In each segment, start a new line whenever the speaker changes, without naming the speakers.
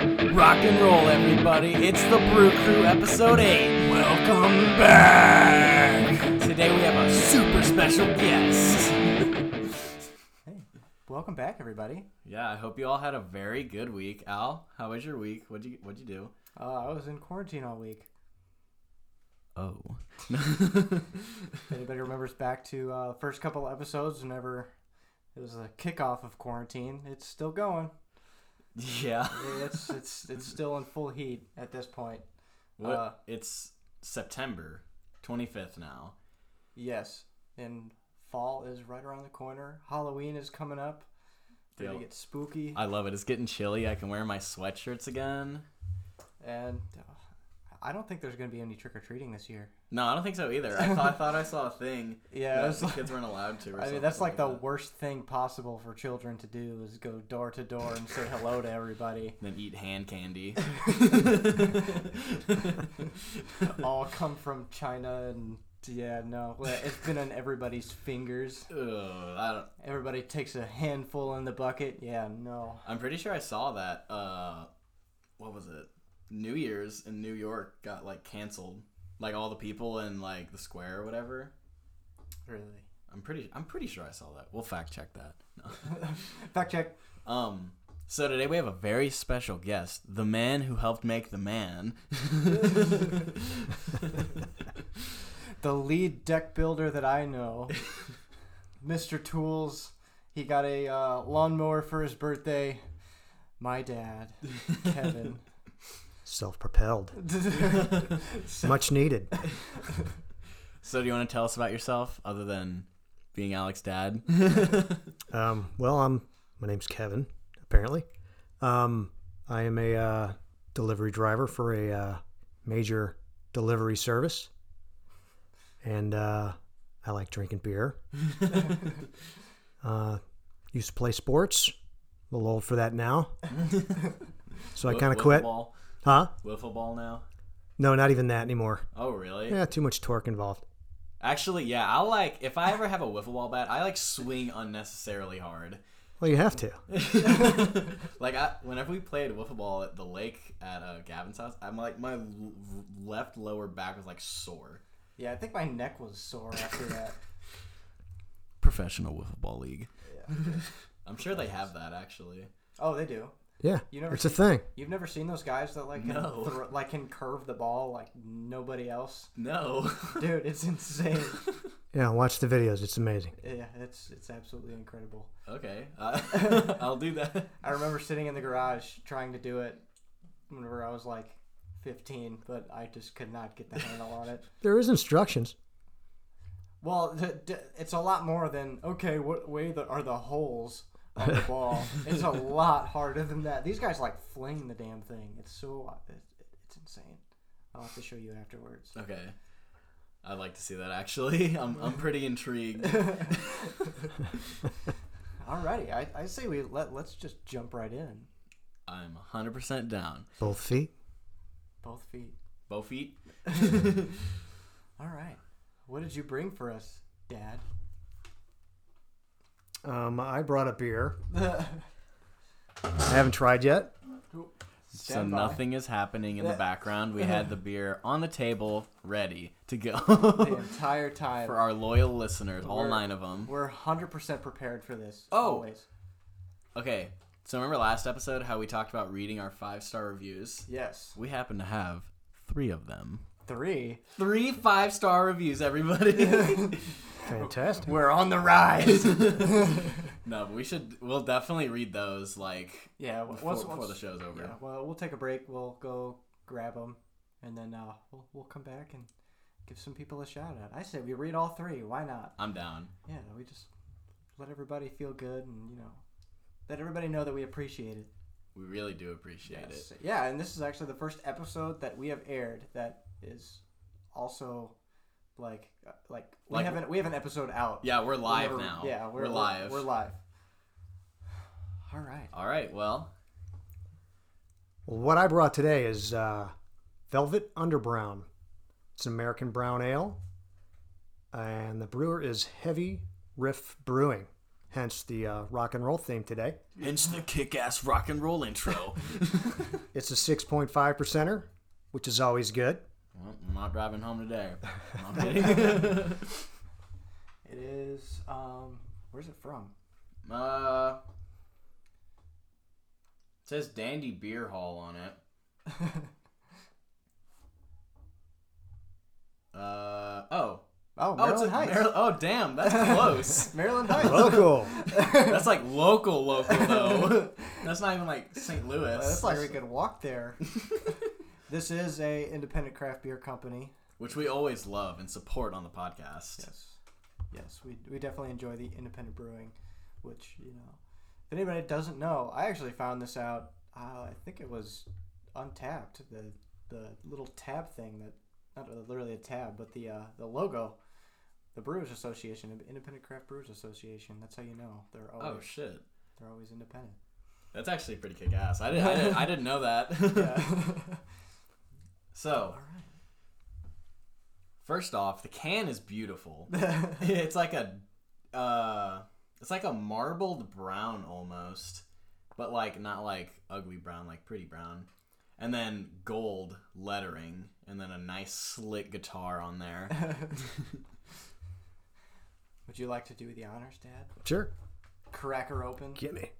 and roll, everybody. It's the Brew Crew, episode 8. Welcome back! Today we have a super special guest.
Welcome back, everybody.
Yeah, I hope you all had a very good week. Al, how was your week? What'd you, what'd you do?
Uh, I was in quarantine all week.
Oh.
If anybody remembers back to uh, the first couple of episodes, whenever it was a kickoff of quarantine, it's still going.
Yeah.
It's it's it's still in full heat at this point.
What,
Uh,
it's September 25th now.
Yes, and fall is right around the corner. Halloween is coming up. Gonna
They'll-
get spooky,
I love it. It's getting chilly. I can wear my sweatshirts again.
and uh, I don't think there's gonna be any trick or treating this year.
No, I don't think so either. I thought, I, thought I saw a thing.
Yeah,
that
it's
the
like-
kids weren't allowed to. Or
I mean,
something
that's like the
that.
worst thing possible for children to do is go door to door and say hello to everybody.
Then eat hand candy.
all come from China and yeah, no, well, it's been on everybody's fingers.
Ugh, I don't,
Everybody takes a handful in the bucket. Yeah, no.
I'm pretty sure I saw that. Uh, what was it? New Year's in New York got like canceled. Like all the people in like the square or whatever.
Really.
I'm pretty. I'm pretty sure I saw that. We'll fact check that. No.
Fact check.
Um. So today we have a very special guest, the man who helped make the man.
The lead deck builder that I know, Mr. Tools, he got a uh, lawnmower for his birthday. My dad, Kevin.
Self propelled. Much needed.
so do you want to tell us about yourself, other than being Alex's dad?
Um, well, I'm. My name's Kevin. Apparently, um, I am a uh, delivery driver for a uh, major delivery service, and uh, I like drinking beer. uh, used to play sports. A little old for that now, so I kind of quit.
Ball.
Huh?
Wiffle ball now.
No, not even that anymore.
Oh really?
Yeah, too much torque involved.
Actually, yeah. I like if I ever have a wiffle ball bat, I like swing unnecessarily hard.
Well, you have to.
like I, whenever we played wiffle ball at the lake at uh, Gavin's house, I'm like my l- left lower back was like sore.
Yeah, I think my neck was sore after that.
Professional wiffle ball league. I'm sure they have that actually.
Oh, they do.
Yeah,
You never
it's a thing.
You've never seen those guys that like can
No.
thro- like can curve the ball like nobody else.
No.
Dude, it's insane.
Yeah, watch the videos. It's amazing.
Yeah, it's it's absolutely incredible.
okay. Uh, I'll do that.
I remember sitting in the garage trying to do it whenever I was like 15, but I just could not get the handle on it.
There is instructions.
Well, the, d it's a lot more than okay. What way the, are the holes on the ball? it's a lot harder than that. These guys like fling the damn thing. It's so it, it's insane. I'll have to show you afterwards.
Okay. I'd like to see that actually. I'm I'm pretty intrigued.
Alrighty, I, I say we let let's just jump right in.
I'm 100% down.
Both feet.
Both feet.
Both feet.
All right. What did you bring for us, Dad?
Um, I brought a beer. I haven't tried yet.
so
Stand by.
nothing is happening in the background. We had the beer on the table, ready to go
the entire time.
for our loyal listeners, all
We're-
nine of them.
We're 100% prepared for this.
Oh.
Always.
Okay, so remember last episode how we talked about reading our five star reviews?
Yes.
We happen to have three of them.
Three.
Three five star reviews, everybody.
Fantastic.
We're on the rise.
no, but we should. We'll definitely read those like
yeah.
before,
Once,
before
once-
the show's over.
Yeah, well, we'll take a break. We'll go grab them, and then uh, we'll, we'll come back and give some people a shout out. I say we read all three. Why not?
I'm down.
Yeah, we just let everybody feel good and, you know, let everybody know that we appreciate it.
We really do appreciate it.
Yes. Yeah, and this is actually the first episode that we have aired that is also like uh, like we
Like-
haven't we have an episode out.
Yeah, we're live
We're-
now.
Yeah, we're,
we're live.
We're, live. All right.
All right. Well,
Well, what I brought today is uh, Velvet Underbrown. It's an American brown ale, and the brewer is Heavy Riff Brewing. hence the uh, rock and roll theme today.
Hence the kick-ass rock and roll intro.
It's a 6.5 percenter, which is always good.
well, I'm not driving home today. I'm kidding.
It is. Um, where's it from?
uh, it says Dandy Beer Hall on it. uh oh. Oh,
Oh,
it's
Maryland
a-
Heights.
Maril- oh damn, that's close.
Maryland Heights.
Local.
that's like local, local though. That's not even like St. Louis.
That's like we could walk there. this is a independent craft beer company.
which we always love and support on the podcast.
Yes. Yes, we, we definitely enjoy the independent brewing, which, you know, if anybody doesn't know, I actually found this out. Uh, I think it was Untapped, the the little tab thing that, not really- literally a tab, but the uh, the logo, the Brewers Association, Independent Craft Brewers Association. That's how you know they're always
Oh shit,
they're always independent.
that's actually pretty kick ass. I didn't, I didn't, I didn't know that. so, first off, the can is beautiful. it's like a, uh, it's like a marbled brown almost, but like not like ugly brown, like pretty brown. And then gold lettering, and then a nice slick guitar on there.
Would you like to do the honors, Dad?
Sure.
Crack her open.
Get me.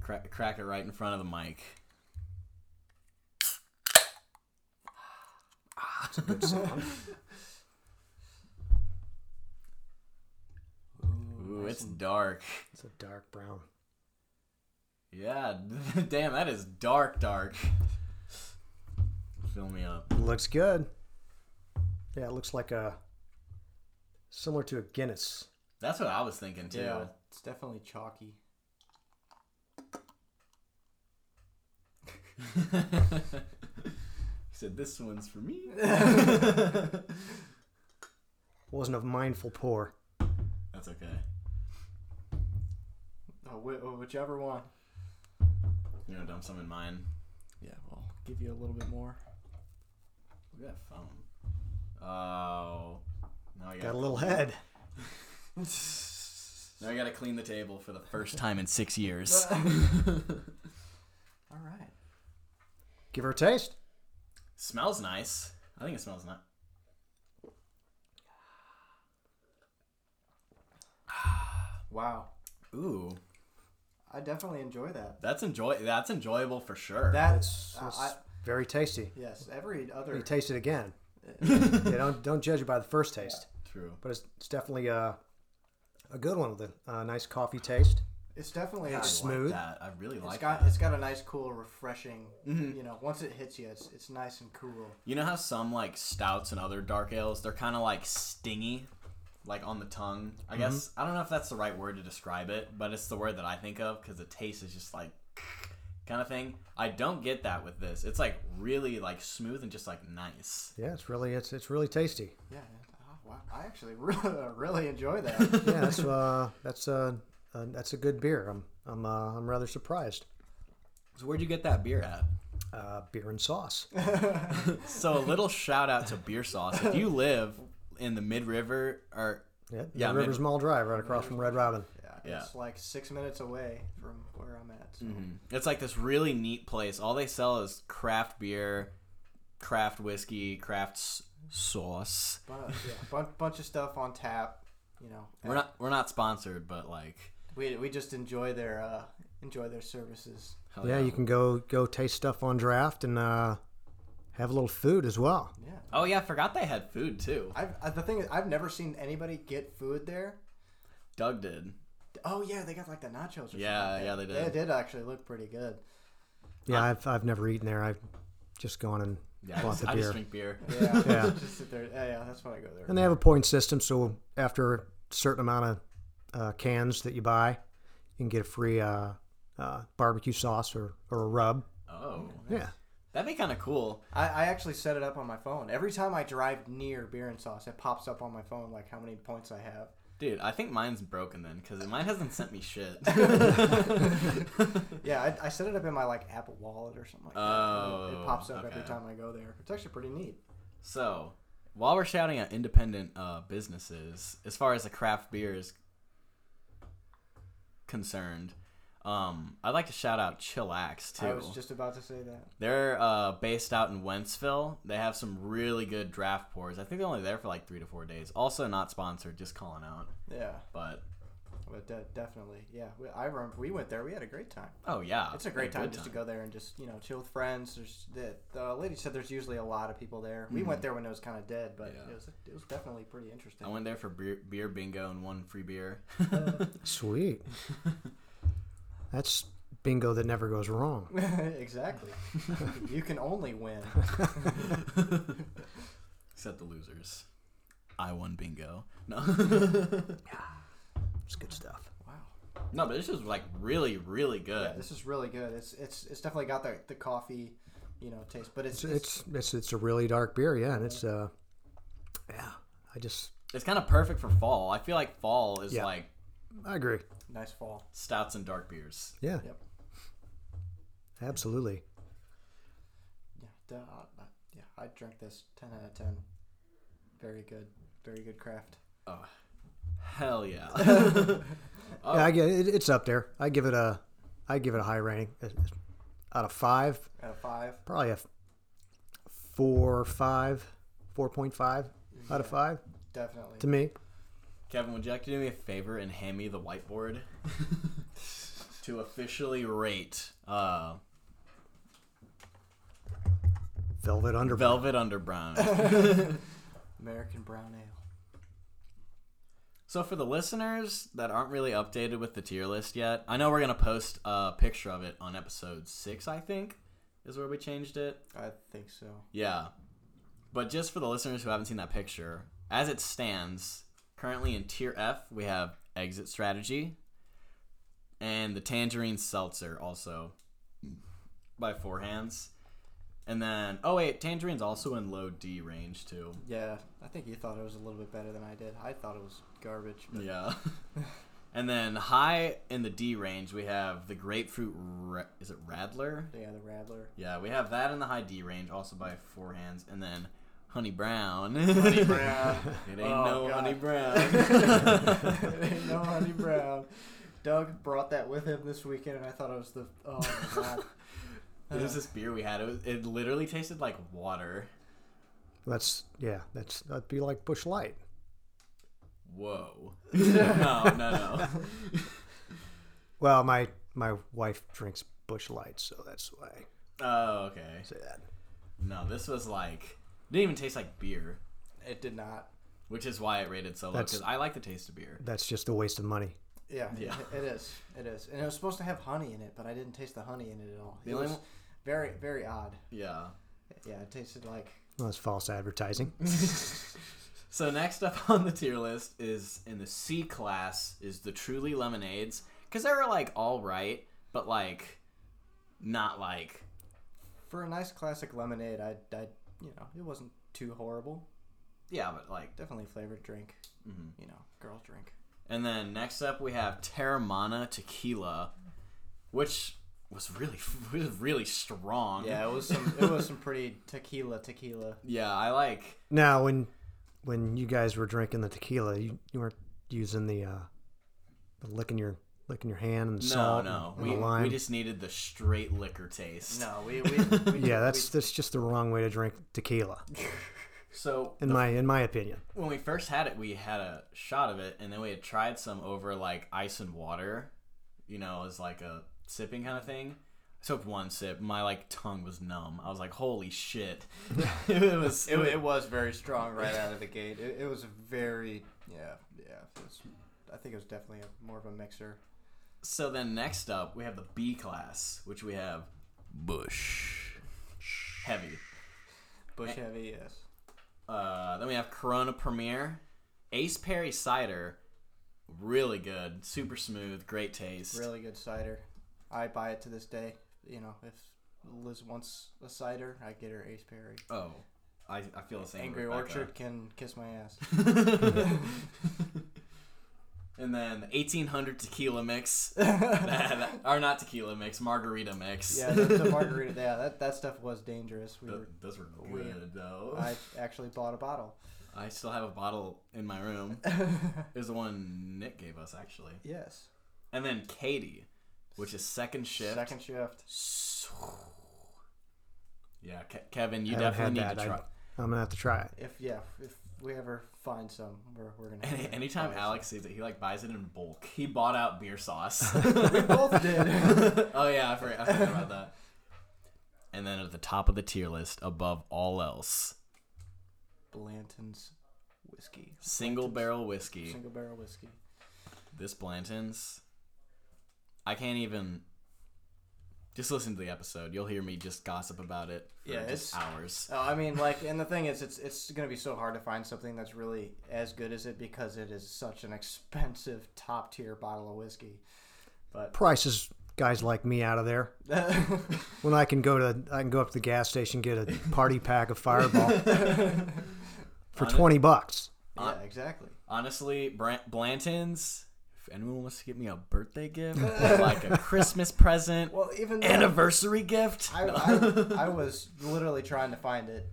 crack, crack it right in front of the mic.
That's a good sound.
Ooh, it's dark.
It's a dark brown.
Yeah, damn, that is dark, dark. Fill me up.
Looks good. Yeah, it looks like a similar to a Guinness.
That's what I was thinking too.
Yeah, it's definitely chalky.
He said, "This one's for me."
Wasn't a mindful pour.
That's okay.
Oh, whi- oh, whichever one.
You know, dump some in mine.
Yeah, well, give you a little bit more.
We got foam. Oh, now you
Got
got.
a little head.
Now you got to clean the table for the first time in six years.
All right.
Give her a taste.
smells nice. I think it smells nice.
Wow.
Ooh,
I definitely enjoy that.
that's enjoy. That's enjoyable for sure.
That's
It's
Uh, I,
very tasty.
yes. Every
You
other
taste it again. yeah, don't don't judge it by the first taste,
True.
but it's, it's definitely a a good one with a, a nice coffee taste.
it's definitely
I
a,
like
it's
smooth.
that. I really like that.
got it's got a nice cool refreshing. You know, once it hits you, it's it's nice and cool.
You know how some like stouts and other dark ales, they're kind of like stingy, like on the tongue. I guess I don't know if that's the right word to describe it, but it's the word that I think of because the taste is just like kind of thing. I don't get that with this. It's like really like smooth and just like nice.
Yeah, it's really it's it's really tasty.
Yeah. Oh, wow. I actually really, really enjoy that.
Yeah, that's uh that's uh, uh that's a good beer. I'm I'm uh, I'm rather surprised.
So where'd you get that beer at?
Uh, beer and sauce.
So a little shout out to Beer Sauce. If you live in the Mid River or
Yeah,
Yeah,
yeah Rivers Mall Drive, right across from Red Robin.
yeah, Mm-hmm.
Yeah.
It's like six minutes away from where I'm at. So.
mm, It's like this really neat place. All they sell is craft beer, craft whiskey, craft s- sauce.
Bunch, uh, yeah, bunch, bunch of stuff on tap. You know,
We're not we're not sponsored, but like
we, we just enjoy their uh, enjoy their services.
hell
Oh, Yeah, you can go go taste stuff on draft and uh, have a little food as well.
Yeah.
Oh yeah, I forgot they had food too.
I've, I, the thing is, I've never seen anybody get food there.
Doug did.
Oh yeah, they got like the nachos. Or
Yeah, yeah,
something like that.
they did.
They did actually look pretty good.
Yeah, I've I've never eaten there. I've just gone and
Yeah, I
bought
just,
the
I just
beer.
drink beer.
Yeah,
Yeah.
just sit there. Yeah, yeah, that's when I go there.
And they have a point system, so after a certain amount of uh, cans that you buy, you can get a free uh, uh, barbecue sauce or, or a rub.
Oh,
Yeah.
that'd be kind of cool.
I, I actually set it up on my phone. Every time I drive near beer and sauce, it pops up on my phone like how many points I have.
Dude, I think mine's broken then because mine hasn't sent me shit.
Yeah, I, I set it up in my like Apple Wallet or something like that. and it,
Oh,
it pops up every
okay.
time I go there. It's actually pretty neat.
so, while we're shouting at independent uh, businesses, as far as the craft beers concerned, um, I'd like to shout out Chillax too.
I was just about to say that.
They're uh, based out in Wentzville. They have some really good draft pours. I think they're only there for like three to four days. Also not sponsored, just calling out.
Yeah,
But
but de- definitely. Yeah, we, I remember we went there. We had a great time.
oh yeah,
It's a great time
good
just to go there and just you know chill with friends. There's the, the lady said there's usually a lot of people there. We went there when it was kind of dead, but
Yeah.
it was it was definitely pretty interesting.
I went there for beer, beer bingo and won free beer.
Sweet. That's bingo that never goes wrong.
exactly. you can only win.
Except the losers. I won bingo. No,
It's good stuff.
Wow.
no, but this is like really, really
Yeah,
good.
this is really good. It's it's it's definitely got the the coffee, you know, taste, but it's
It's it's it's, it's a really dark beer, yeah, and it's uh, yeah. I just
It's kind of perfect for fall. I feel like fall is
Yeah.
like
I agree.
nice fall.
stouts and dark beers.
Yeah,
Yep.
absolutely.
Yeah. duh, I- I- yeah. I drank this ten out of ten. Very good. Very good craft.
Hell yeah. Uh,
Yeah, I get it, it's up there. I give it a I give it a high rating It's- it's out of five,
Out of five.
probably a f- four, five, four point five out of five
Definitely.
to me.
Kevin, would you like to do me a favor and hand me the whiteboard to officially rate uh,
Velvet under
Velvet Underbrown?
American brown ale.
so, for the listeners that aren't really updated with the tier list yet, I know we're going to post a picture of it on episode six, I think, is where we changed it.
I think so.
Yeah. But just for the listeners who haven't seen that picture, as it stands, currently in tier F, we have Exit Strategy and the Tangerine Seltzer also by four hands. And then, oh wait, Tangerine's also in low D range too.
Yeah, I think you thought it was a little bit better than I did. I thought it was garbage. But
Yeah. and then high in the D range, we have the Grapefruit, Ra- is it Radler?
yeah, the Radler.
Yeah, we have that in the high D range, also by four hands, and then Honey Brown. It ain't
Oh,
no
God.
Honey Brown.
no honey brown. Doug brought that with him this weekend, and I thought it was the oh my god.
It was this beer we had. It, was, it literally tasted like water.
That's yeah. That's that'd be like Bush Light.
Whoa. no, no, no.
Well, my my wife drinks Bush Light, so that's why I
Oh, okay.
say that.
No, this was like didn't even taste like beer,
It did not.
which is why it rated so low.
That's-
Because I like the taste of beer.
That's just a waste of money.
Yeah,
Yeah.
It, it is. It is, and it was supposed to have honey in it, but I didn't taste the honey in it at all.
The
It
only
was very, very odd.
Yeah.
Yeah, it tasted like
Well, that's false advertising.
So next up on the tier list is in the C class is the Truly Lemonades because they were like all right, but like not like
for a nice classic lemonade. I, I, you know, it wasn't too horrible.
yeah, but like
Definitely a flavored drink. You know, girl drink.
And then next up we have Terramana Tequila, which was really was really strong.
Yeah, it was some. it was some pretty tequila, tequila.
Yeah, I like
Now, when when you guys were drinking the tequila, you, you weren't using the uh, the licking your licking your hand and the
no,
salt
no.
and
We,
the lime.
we just needed the straight liquor taste.
No, we, we, we
yeah, that's that's just the wrong way to drink tequila,
So
in my in my opinion.
when we first had it, we had a shot of it, and then we had tried some over like ice and water, you know, as like a sipping kind of thing. So one sip, my like tongue was numb. I was like, "Holy shit!" it was
It, it was very strong right out of the gate. It, it was very yeah yeah. It was, I think it was definitely a, more of a mixer.
So then next up, we have the B class, which we have Bush. Heavy.
Bush
Eh.
heavy, yes.
Uh, then we have Corona Premier, Ace Perry Cider. Really good. Super smooth. Great taste.
Really good cider. I buy it to this day. You know, if Liz wants a cider, I get her Ace Perry.
Oh, I, I feel the same.
Angry
Rebecca.
Orchard can kiss my ass.
And then the 1800 tequila mix. That- or not tequila mix, margarita mix.
Yeah, the, the margarita. Yeah, that, that stuff was dangerous. We
Th-
were,
Those were
we-
good, though.
I actually bought a bottle.
I still have a bottle in my room. It was the one Nick gave us, actually.
Yes.
and then Katie, which is second shift.
Second shift.
So, yeah, Ke- Kevin, you
I
definitely
haven't
need
had
to
that.
try.
I'm gonna have to try it.
If yeah, if we ever find some, we're, we're gonna.
Any, anytime
buy
Alex sees it, he like buys it in bulk. He bought out beer sauce.
some. we both did.
oh yeah, I forgot, I forgot about that. And then at the top of the tier list, above all else,
Blanton's whiskey,
single barrel whiskey.
single barrel whiskey.
This Blanton's, I can't even. Just listen to the episode. You'll hear me just gossip about it for
Yeah,
just
it's-
hours.
Oh, I mean, like, and the thing is, it's it's gonna be so hard to find something that's really as good as it because it is such an expensive top tier bottle of whiskey. But
Prices guys like me out of there. When I can go to, I can go up to the gas station get a party pack of Fireball for twenty bucks.
yeah, exactly.
Honestly, Brant- Blanton's. If anyone wants to give me a birthday gift, or like a Christmas present,
Well, even though-
anniversary gift,
I, I, I was literally trying to find it,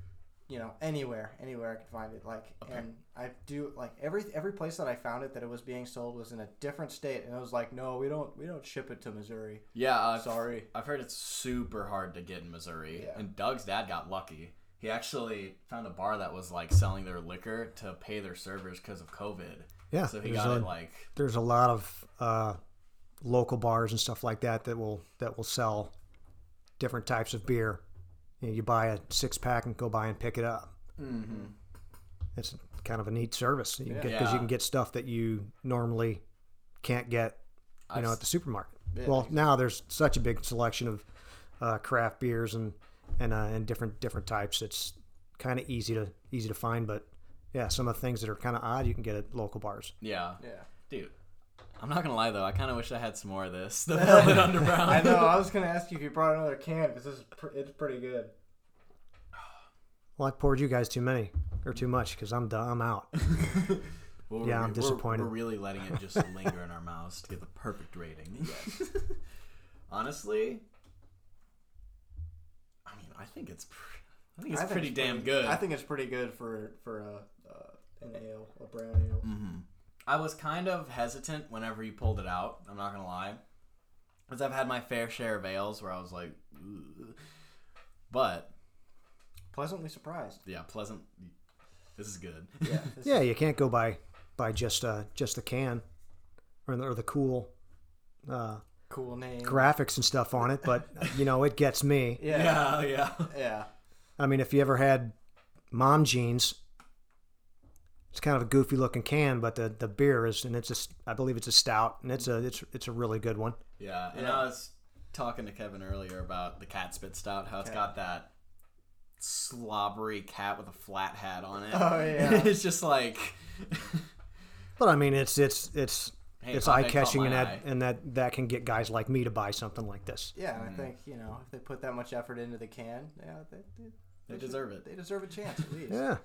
you know, anywhere, anywhere I could find it. Like, and I do like every every place that I found it that it was being sold was in a different state, and I was like, no, we don't we don't ship it to Missouri.
Yeah, uh,
Sorry.
I've heard it's super hard to get in Missouri.
Yeah.
And Doug's dad got lucky. He actually found a bar that was like selling their liquor to pay their servers because of COVID.
Yeah,
So he
there's
got
a-
it like
There's a lot of uh, local bars and stuff like that that will that will sell different types of beer. You, know, you buy a six pack and go by and pick it up. Mm-hmm. It's kind of a neat service because you, can get- 'cause
Yeah.
you can get stuff that you normally can't get, you know, at the supermarket. well, now there's such a big selection of uh, craft beers and and uh, and different different types. It's kind of easy to easy to find, but yeah, some of the things that are kind of odd you can get at local bars.
yeah.
Yeah.
Dude, I'm not gonna lie though. I kind of wish I had some more of this. The Velvet Underground.
I know. I was gonna ask you if you brought another can because this is pr- it's pretty good.
Well, I poured you guys too many or too much because I'm done. I'm out.
Well, we're-
Yeah, I'm
we're-
disappointed.
We're, really letting it just linger in our mouths to get the perfect rating. Honestly, I mean, I think it's pr- I think it's
I think
pretty
it's
damn good.
I think it's pretty good for for a, uh, an ale, a brown ale.
Mm. Mm-hmm. I was kind of hesitant whenever you pulled it out. I'm not gonna lie, because I've had my fair share of ales where I was like, "Ugh." but
Pleasantly surprised.
yeah, pleasant. This is good.
Yeah. this-
yeah, you can't go by by just uh, just the can or the, or the cool uh,
Cool name.
graphics and stuff on it, but you know it gets me.
yeah.
yeah, yeah.
Yeah.
I mean, if you ever had mom jeans, it's kind of a goofy looking can, but the, the beer is, and it's just, I believe it's a stout, and it's a it's it's a really good one.
Yeah, and I was talking to Kevin earlier about the cat spit stout, how it's got that slobbery cat with a flat hat on it.
Oh, yeah.
it's just like
But I mean, it's it's it's
Hey,
it's
Pompeii
eye
caught
catching,
my
and that
eye.
and that that can get guys like me to buy something like this.
Yeah,
Mm-hmm.
and I think you know if they put that much effort into the can, yeah, they, they,
they deserve it.
they deserve a chance at least.
Yeah,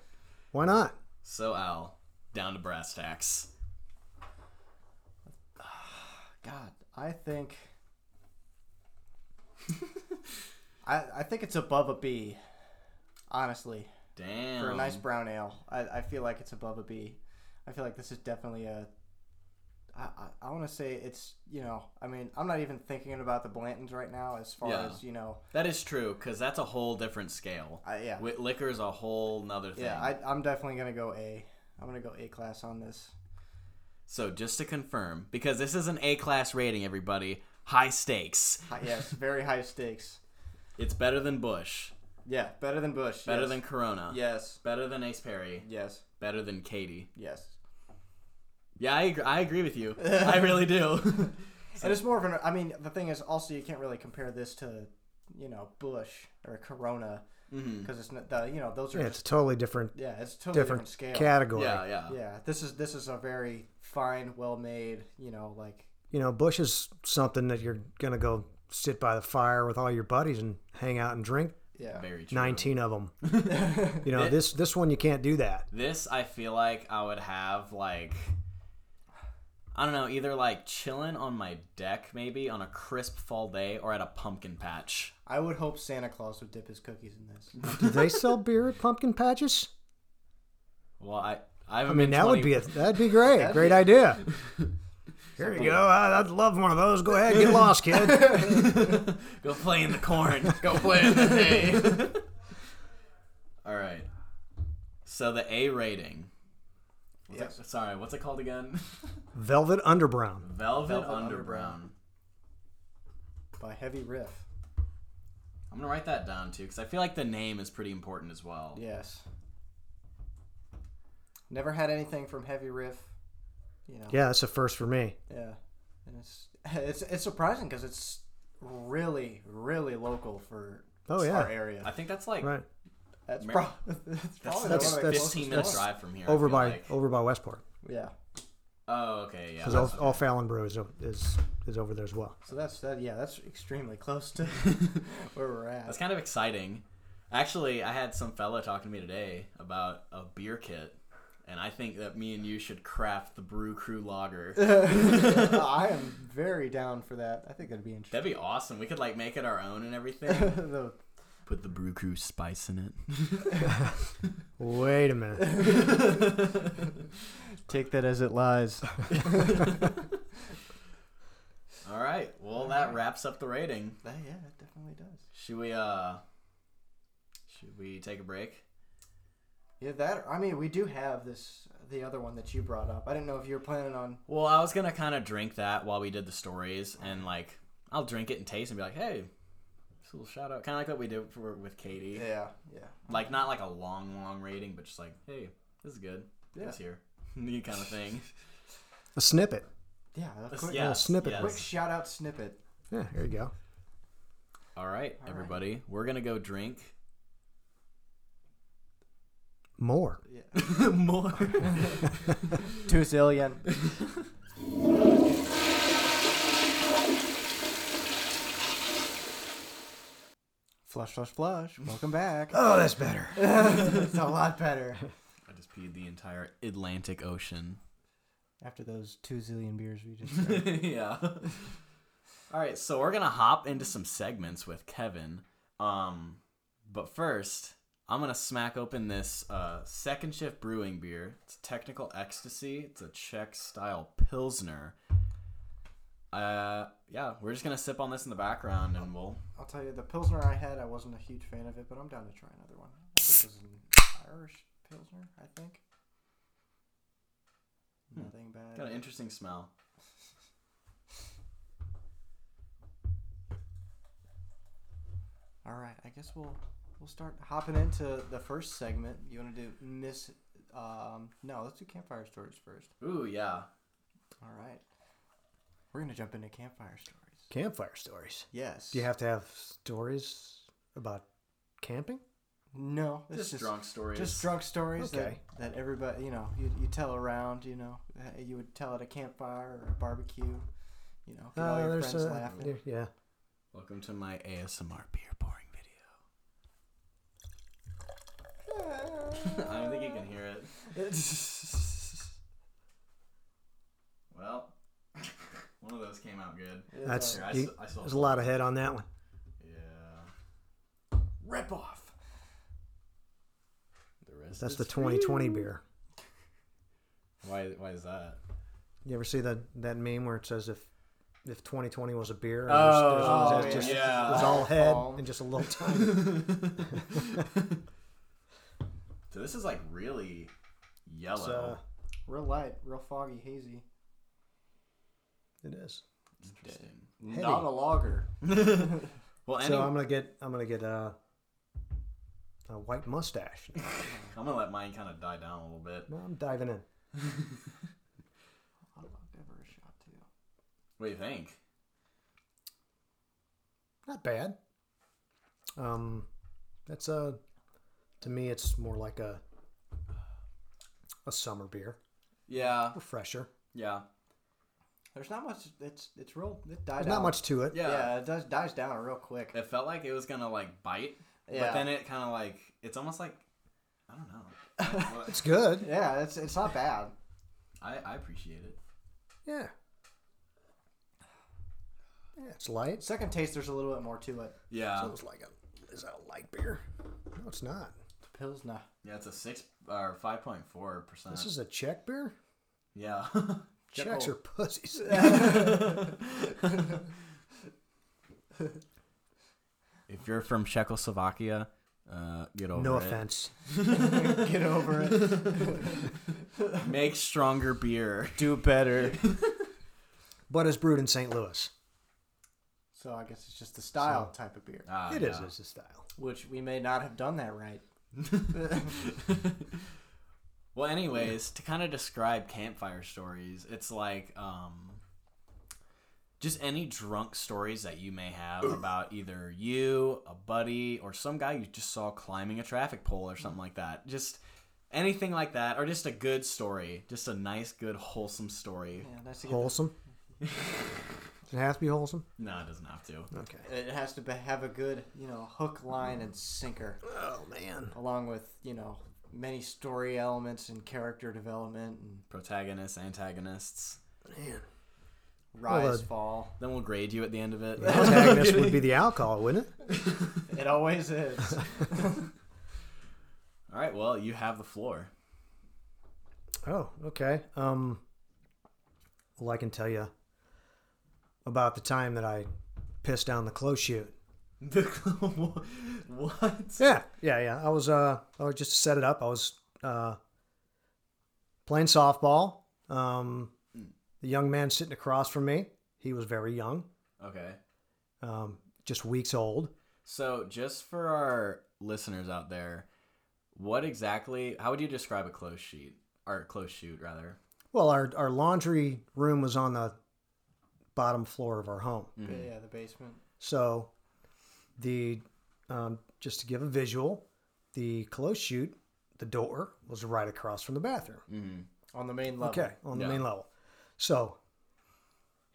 why not?
So Al, down to brass tacks.
God, I think. I I think it's above a B, honestly,
Damn.
for a nice brown ale. I, I feel like it's above a B. I feel like this is definitely a. I, I, I want to say it's you know I mean I'm not even thinking about the Blantons right now as far
Yeah.
as you know
That is true, because that's a whole different scale.
I, yeah
With liquor is a whole nother thing.
yeah I, I'm definitely gonna go A I'm gonna go A class on this
so just to confirm, because this is an A class rating, everybody, high stakes.
Hi- yes very high stakes
It's better than Bush,
Yeah, better than Bush.
better
yes.
than Corona,
yes,
better than Ace Perry,
yes,
better than Katie.
yes.
Yeah, I, ag- I agree with you. I really do.
and it's more of an. I mean, the thing is, also you can't really compare this to, you know, Bush or Corona
Mm-hmm.
because it's not the. You know, those are
Yeah, it's
just
a totally different
yeah, it's a totally different,
different
scale.
category.
yeah, yeah,
Yeah, this is this is a very fine, well made. You know, like
You know, Bush is something that you're gonna go sit by the fire with all your buddies and hang out and drink
yeah,
Very true.
19 of them. you know, this this one you can't do that.
This, I feel like I would have, like, I don't know, either like chilling on my deck, maybe on a crisp fall day, or at a pumpkin patch.
I would hope Santa Claus would dip his cookies in this.
Do they sell beer at pumpkin patches?
Well, I, I haven't
I mean,
been
that
20
would be a, that'd be great. great idea. Here you go. I, I'd love one of those. Go ahead, get lost, kid.
Go play in the corn. Go play in the hay. All right. So the A rating. What's
Yes.
it- sorry, what's it called again?
Velvet Underbrown.
Velvet,
Velvet
Underbrown.
by Heavy Riff.
I'm gonna write that down too because I feel like the name is pretty important as well.
Yes. Never had anything from Heavy Riff. You know.
Yeah, that's a first for me.
Yeah. And it's it's it's surprising because it's really really local for
Oh, yeah.
our area.
I think that's like
Right.
That's,
Mar-
prob- that's probably
that's,
one
like
of the
15
that's-
closest
minutes
ones.
drive from here. I
Over
feel
by
like.
over by Westport.
Yeah.
Oh, okay, yeah.
Because all, all Fallon Brew is, o- is is over there as well.
So that's that. Yeah, that's extremely close to
oh.
where we're at.
That's kind of exciting. Actually, I had some fella talking to me today about a beer kit, and I think that me and you should craft the Brew Crew Lager.
I am very down for that. I think that'd be interesting.
That'd be awesome. We could like make it our own and everything.
The-
Put the Brew Crew spice in it.
Wait a minute.
take that as it lies.
All right. Well, that wraps up the rating.
yeah, it definitely does.
Should we uh should we take a break?
Yeah, that. I mean, we do have this the other one that you brought up. I didn't know if you were planning on.
Well, I was going to kind of drink that while we did the stories and like I'll drink it and taste and be like, "Hey, just a little shout out." Kind of like what we did for, with Katie.
Yeah, yeah.
Like not like a long long rating, but just like, "Hey, this is good.
Yeah.
It's here." You kind of thing.
A snippet.
Yeah, a quick,
yeah,
snippet.
quick shout out snippet.
Yeah, here you go.
All right, everybody. We're going to go drink
More.
more.
To a zillion. flush, flush, flush. Welcome back.
Oh, that's better.
it's a lot better
I just peed the entire Atlantic Ocean.
after those two zillion beers we just. drank.
yeah. All right, so we're gonna hop into some segments with Kevin. Um, but first, I'm gonna smack open this uh, second shift brewing beer. It's technical ecstasy. It's a Czech style pilsner. Uh, yeah, we're just gonna sip on this in the background, and we'll.
I'll tell you, the pilsner I had, I wasn't a huge fan of it, but I'm down to try another one. I think This is an Irish pilsner, I think.
Hmm.
Nothing bad.
Got an interesting smell.
All right, I guess we'll we'll start hopping into the first segment. You want to do Miss? Um, no, let's do campfire stories first.
Ooh, yeah.
All right, we're gonna jump into campfire stories.
Campfire stories.
Yes.
Do you have to have stories about camping?
No, it's
Just,
just
drunk stories.
Just drunk stories
Okay.
that, that everybody, you know, you, you tell around, you know, Uh, you would tell at a campfire or a barbecue, you know, get all
Uh,
your
there's
friends
a-
laughing.
there- yeah.
Welcome to my ASMR beer pouring video. I don't think you can hear it. Well, one of those came out good.
That's
Here, I,
you-
s- I still
there's a lot of head on that one.
Yeah.
rip off.
The rest.
That's
is
the 2020 beer.
Why? Why is that?
You ever see that that meme where it says if if 2020 was a beer, it
Oh,
it just,
yeah.
it was all head
Palm.
and just a little tiny.
So this is like really yellow.
It's, uh,
Real light, real foggy, hazy.
it is.
Interesting.
Not
Heady.
a lager.
Well, any,
So I'm
I'm,
gonna get I'm gonna get a, a white mustache.
gonna let mine kind of die down a little bit.
No, I'm diving in.
I'll give her a shot too.
What do you think?
Not bad. Um, that's a to me it's more like a a summer beer,
Yeah.
refresher.
Yeah.
There's not much. It's it's real. It died
There's
down.
not much to it.
Yeah.
Yeah, it does dies down real quick.
It felt like it was gonna like bite,
Yeah.
but then it kind of like it's almost like I don't know. Like, what-
It's good.
Yeah, it's it's not bad.
I, I appreciate it.
Yeah. Yeah, it's light.
Second taste, there's a little bit more to it.
Yeah.
Sounds like a is that a light beer? No, it's not.
Pilsner.
Uh, Yeah, it's a six or five point four percent.
This is a Czech beer.
Yeah.
Checks
Checkle.
are pussies.
If you're from Czechoslovakia, uh, get over
no
it.
offense.
Get over it.
Make stronger beer.
Do better.
But it's brewed in St. Louis.
So I guess it's just the style type of beer,
Ah,
It is.
yeah.
It's a style.
which we may not have done that right.
Well, anyways, to kind of describe campfire stories, it's like um, just any drunk stories that you may have about either you, a buddy, or some guy you just saw climbing a traffic pole or something like that. Just anything like that, or just a good story, just a nice, good, wholesome story.
Yeah, that's a good-
Wholesome. Does it have to be wholesome?
No, it doesn't have to.
Okay.
It has to be, have a good, you know, hook, line, and sinker,
Oh man.
along with you know many story elements and character development and
Protagonists, antagonists.
Man.
rise,
uh,
fall.
Then we'll grade you at the end of it.
Protagonist would be the alcohol, wouldn't it?
It always is.
All right, well, you have the floor.
Oh, okay. Um, well, I can tell you about the time that I pissed down the close chute.
The what?
Yeah, yeah, yeah. I was uh, I was just to set it up. I was uh, playing softball. Um, the young man sitting across from me, he was very young,
Okay.
um, just weeks old.
So, just for our listeners out there, what exactly? How would you describe a close sheet or close shoot rather?
Well, our our laundry room was on the bottom floor of our home.
But yeah, the basement.
So, the um, just to give a visual, the close chute, the door was right across from the bathroom.
On the main level.
Okay, on the
Yeah.
main level. So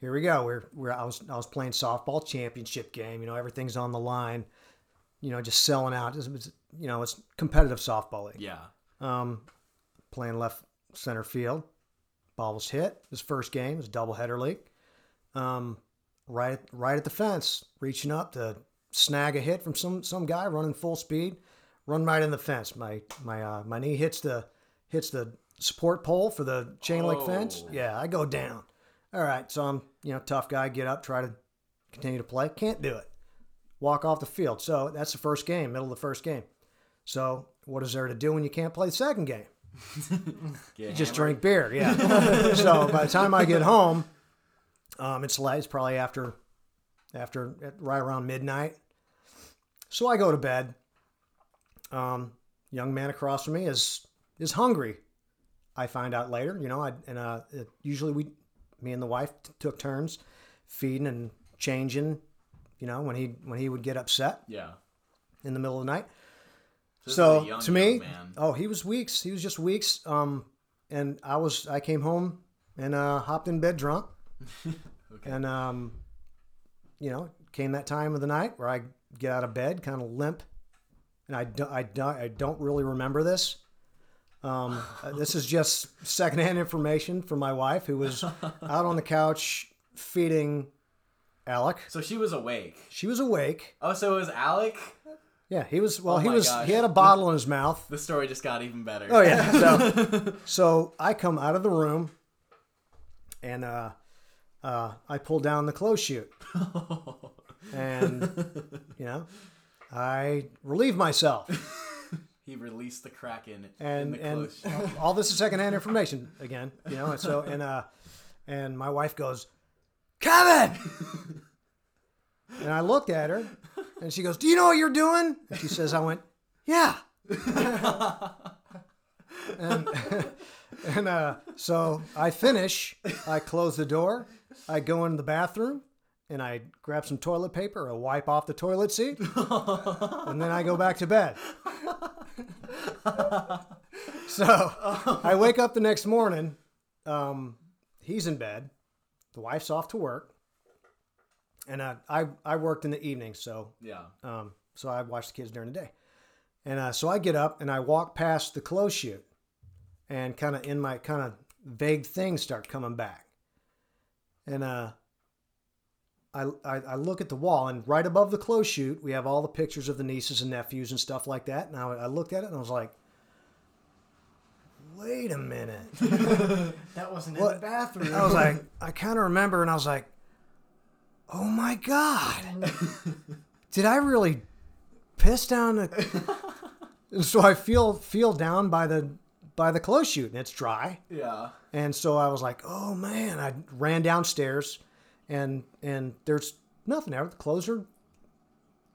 here we go. We're, we're I was I was playing softball championship game. You know everything's on the line. You know just selling out. It's- it's- you know it's competitive softball league.
Yeah.
Um, playing left center field. Ball was hit. His first game it was a doubleheader league. Um, right right at the fence, reaching up to snag a hit from some some guy running full speed, run right in the fence. My my uh, my knee hits the hits the support pole for the chain link fence.
Oh.
Yeah, I go down. All right, so I'm you know tough guy. Get up, try to continue to play. Can't do it. Walk off the field. So that's the first game, middle of the first game. So what is there to do when you can't play the second game?
Get
just
hammered.
drink beer. Yeah. so by the time I get home, um, it's late. It's probably after, after at- right around midnight. So I go to bed. Um, young man across from me is is hungry. I find out later. You know, I and uh, it, usually we, me and the wife t- took turns feeding and changing. You know, when he when he would get upset
Yeah.
in the middle of the night.
this is
So
a young,
to me,
young man.
oh, he was weeks. He was just weeks. Um, and I was I came home and uh, hopped in bed drunk, and um, you know, came that time of the night where I get out of bed kind of limp, and I don't I don't I don't really remember this. Um, uh, this is just secondhand information from my wife who was out on the couch feeding Alec.
so she was awake.
She was awake.
Oh, so it was Alec.
Yeah, he was. Well, he
Oh my
was.
gosh.
He had a bottle in his mouth.
The story just got even better.
Oh yeah. So, so I come out of the room, and uh, uh, I pull down the close chute, and you know, I relieve myself,
He released the kraken in
and
the close shoot.
and all this is secondhand information again, you know. And so and uh, and my wife goes, Kevin, and I looked at her, and she goes, Do you know what you're doing? And she says, I went, Yeah. and and uh, so I finish. I close the door. I go into the bathroom and I grab some toilet paper. I wipe off the toilet seat, and then I go back to bed. so I wake up the next morning. Um, he's in bed. The wife's off to work, and uh, I I worked in the evening, so
Yeah.
um, so I watch the kids during the day. And uh, so I get up and I walk past the close chute, and kind of in my kind of vague things start coming back. And uh, I, I I look at the wall and right above the close chute we have all the pictures of the nieces and nephews and stuff like that. And I, I looked at it and I was like, wait a minute.
That wasn't in
What?
the bathroom.
I was like, I kind of remember, and I was like, oh my god, did I really piss down? The... and so I feel feel down by the by the clothes chute, and it's dry.
Yeah.
And so I was like, oh man, I ran downstairs, and and there's nothing there. The clothes are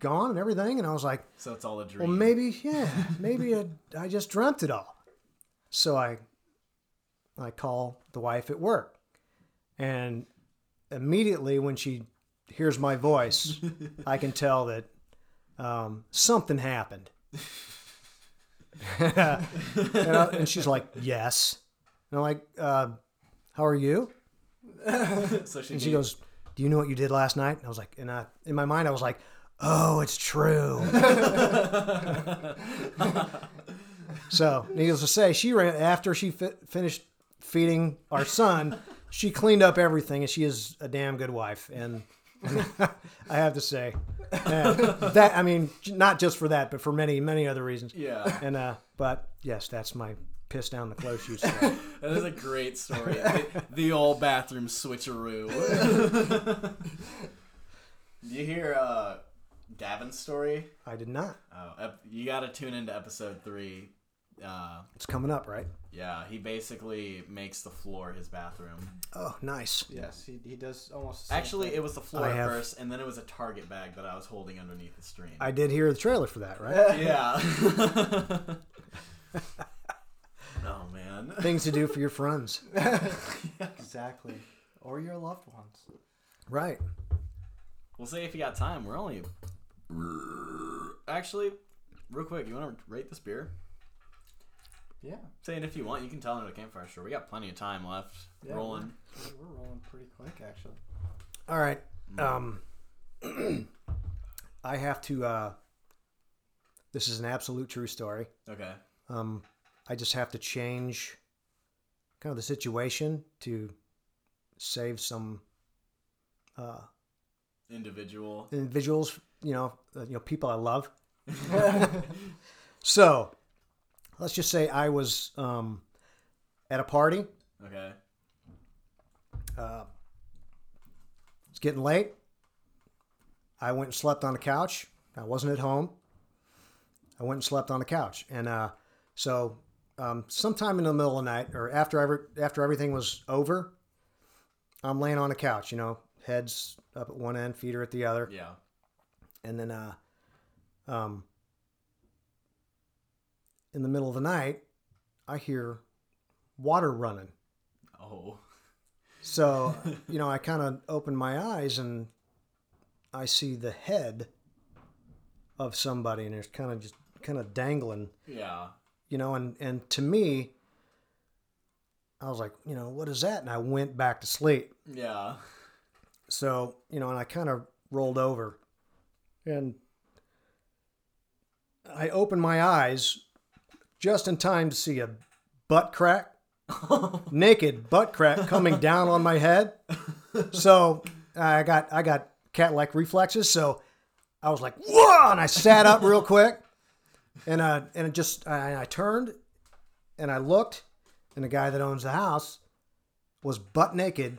gone and everything, and I was like,
So it's all a dream.
well, maybe yeah, maybe I, I just dreamt it all. So I I call the wife at work, and immediately when she hears my voice, I can tell that um, something happened. and, I, and she's like, "Yes," and I'm like, uh, "How are you?"
so she,
And she goes, "Do you know what you did last night?" And I was like, and I, in my mind, I was like, "Oh, it's true." so, needless to say, she ran after she fi- finished feeding our son. She cleaned up everything, and she is a damn good wife. And I have to say yeah, that I mean, not just for that, but for many, many other reasons.
Yeah.
And uh, but yes, that's my piss down the clothes shoes. story.
That is a great story. the, the old bathroom switcheroo. Do you hear uh, Davin's story?
I did not.
Oh, ep- you got to tune into episode three. Uh,
It's coming up, right?
yeah, he basically makes the floor his bathroom.
Oh, nice.
yes, he, he does almost. the same
Actually,
thing.
it was the floor
I
at
have-
first, and then it was a target bag that I was holding underneath the stream.
I did hear the trailer for that, right?
yeah. oh man.
Things to do for your friends.
exactly, or your loved ones.
Right.
We'll see if you got time. We're only actually real quick. You want to rate this beer?
Yeah,
Saying if you want, you can tell them at a campfire. Sure, we got plenty of time left.
Yeah.
Rolling.
we're- we're rolling pretty quick actually.
All right. Um, I have to. Uh, this is an absolute true story.
Okay.
Um, I just have to change kind of the situation to save some uh,
Individual.
individuals, you know, uh, you know, people I love. so, let's just say I was um, at a party.
Okay.
Uh, it's getting late. I went and slept on the couch. I wasn't at home. I went and slept on the couch, and uh, so um, sometime in the middle of the night, or after ever, after everything was over, I'm laying on the couch. You know, heads up at one end, feet are at the other
Yeah.
and then uh um in the middle of the night i hear water running
Oh.
so you know i kind of open my eyes and i see the head of somebody and it's kind of just kind of dangling
Yeah.
you know and and to me i was like you know what is that and i went back to sleep
Yeah.
So, you know, and I kind of rolled over and I opened my eyes just in time to see a butt crack, naked butt crack coming down on my head. So I got, I got cat like reflexes. So I was like, whoa, and I sat up real quick and, uh, and it just, I, I turned and I looked and the guy that owns the house was butt naked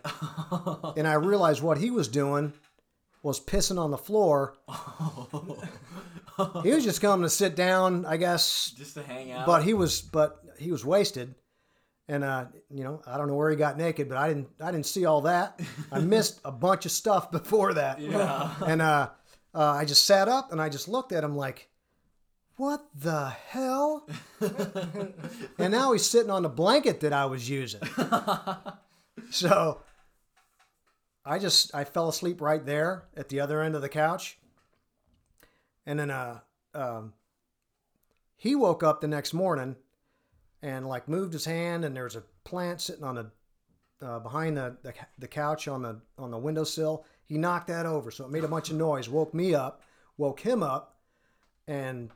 and I realized what he was doing was pissing on the floor. he was just coming to sit down, I guess,
Just to hang out.
but he was but he was wasted. And uh, you know, I don't know where he got naked, but I didn't I didn't see all that. I missed a bunch of stuff before that.
yeah.
And uh, uh, I just sat up and I just looked at him like, "What the hell?" and now he's sitting on the blanket that I was using. so I just I fell asleep right there at the other end of the couch, and then uh, um, he woke up the next morning and like moved his hand, and there was a plant sitting on the uh, behind the, the ca- the couch on the on the windowsill. He knocked that over, so it made a bunch of noise. Woke me up, woke him up, and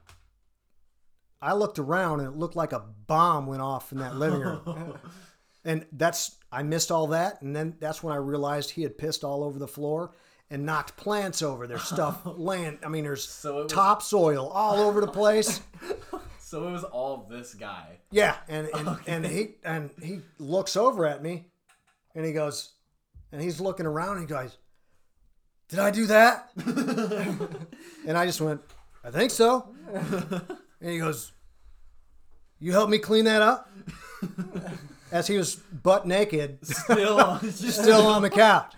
I looked around, and it looked like a bomb went off in that living room. and that's I missed all that, and then that's when I realized he had pissed all over the floor and knocked plants over. There's stuff laying. I mean, there's
So it was-
topsoil all over the place.
So it was all this guy.
Yeah, and and, and he and he looks over at me, and he goes, and he's looking around. And he goes, "Did I do that?" and I just went, "I think so." and he goes, "You help me clean that up." As he was butt naked,
Still, just
still on the couch.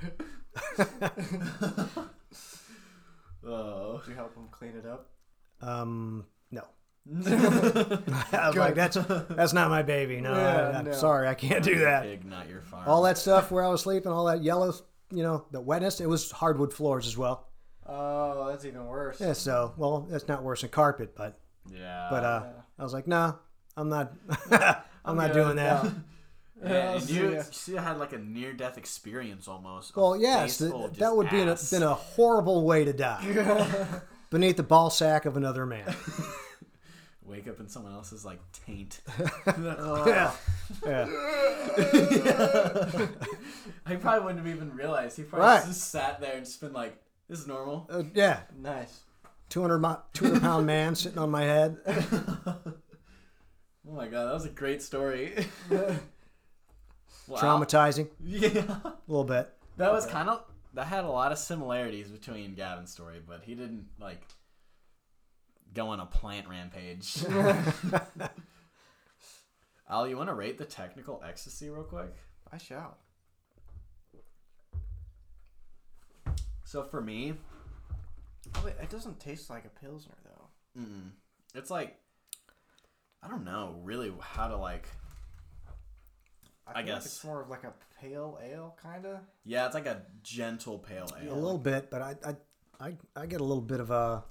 oh.
Did you help him clean it up?
Um, no. I was like, that's that's not my baby. No, I,
Yeah,
am
no.
sorry, I can't do that.
Ignite your fire.
All that stuff where I was sleeping, all that yellow, you know, the wetness. It was hardwood floors as well.
Oh, that's even worse.
Yeah, so well, that's not worse than carpet, but
Oh, Yeah.
but uh, I was like, no, I'm not, I'm not
good,
doing that.
no.
yeah, and
Oh, see
you,
ya.
you see, I had like a near death experience almost. A
Well, yes,
face
th-
full of
that
just
would be an,
ass.
been a horrible way to die, beneath the ball sack of another man.
Wake up in someone else's like taint.
yeah, yeah.
I probably wouldn't have even realized. He probably
Right.
just sat there and just been like, "This is normal."
Uh, yeah.
Nice.
200, mi- 200 pound man sitting on my head.
Oh my god, that was a great story. wow.
Traumatizing
Yeah.
a little bit.
That was kind of that had a lot of similarities between Gavin's story, but he didn't like go on a plant rampage. Al, you want to rate the technical ecstasy real quick?
I shall.
So for me,
Oh, wait, it doesn't taste like a pilsner though.
mm, it's like I don't know really how to like. I
feel like
guess.
it's more of like a pale ale kind of.
Yeah, it's like a gentle pale ale.
A little bit, but I, I, I, I get a little bit of a.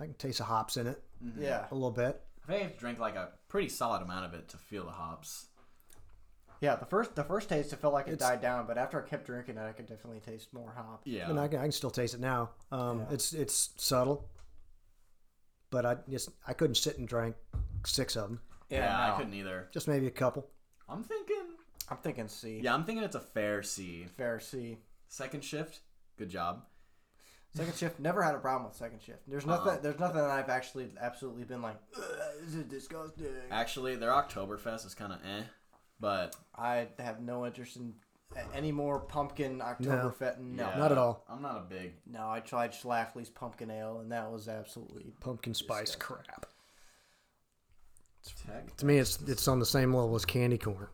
I can taste the hops in it
Yeah.
a little bit.
I think I have to drink like a pretty solid amount of it to feel the hops.
Yeah. The first the first taste, it felt like it
It's-
died down, but after I kept drinking it, I could definitely taste more hop.
Yeah,
And I can, I can still taste it now. Um,
Yeah.
It's it's subtle, but I just I couldn't sit and drink six of them.
yeah,
no.
I couldn't either.
Just maybe a couple.
I'm thinking.
I'm thinking C.
Yeah, I'm thinking it's a fair C.
Fair C.
Second shift, good job.
Second shift never had a problem with second shift. There's nothing. There's nothing that I've actually absolutely been like, "Ugh, this is disgusting.
Actually, their Oktoberfest is kind of eh, but
I have no interest in a- any more pumpkin Oktoberfest. No,
yeah,
no.
Not at all.
I'm not a big.
I tried Schlafly's pumpkin ale, and that was absolutely.
Pumpkin spice crap.
Tech.
To me, it's it's on the same level as candy corn.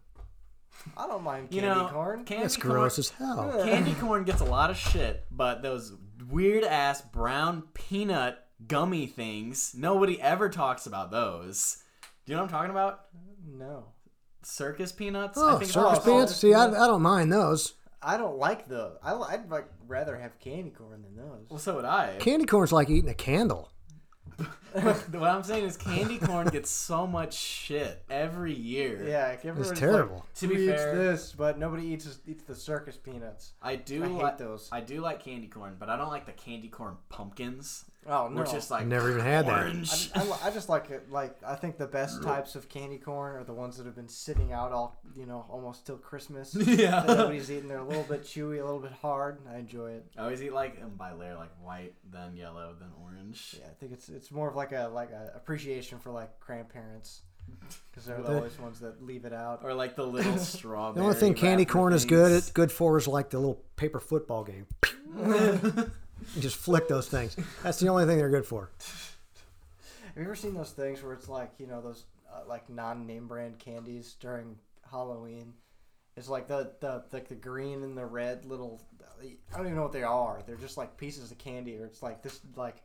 I don't mind candy
You know,
corn.
candy
That's
corn,
gross as hell.
Candy corn gets a lot of shit, but those weird ass brown peanut gummy things, nobody ever talks about those. Do you know what I'm talking about?
No,
Circus peanuts.
Oh,
think-
circus
oh,
peanuts.
oh,
See, I, I don't mind those.
I don't like those. I, li- I'd like rather have candy corn than those.
Well, so would I.
Candy corn's like eating a candle.
what I'm saying is, candy corn gets so much shit every year.
Yeah, like everybody's like,
terrible.
To
"Who
be
eats
fair-
this, but nobody eats eats the circus peanuts.
I do
I hate
like
those.
I do like candy corn, but I don't like the candy corn pumpkins.
Oh no,
Which is like
Never even had that.
orange.
I, li- I just like it. Like I think the best types of candy corn are the ones that have been sitting out all you know almost till Christmas.
Yeah.
that nobody's eating. They're a little bit chewy, a little bit hard. I enjoy it.
I always eat like um, by layer, like white, then yellow, then orange.
Yeah, I think it's it's more of like a like a appreciation for like grandparents because they're
The-
always ones that leave it out.
Or like the little strawberry.
The only thing candy
wrapper
corn is good
things.
at, good for is like the little paper football game. You just flick those things. That's the only thing they're good for.
Have you ever seen those things where it's like you know those uh, like non name brand candies during Halloween? It's like the the like the green and the red little. I don't even know what they are. They're just like pieces of candy, or it's like this like.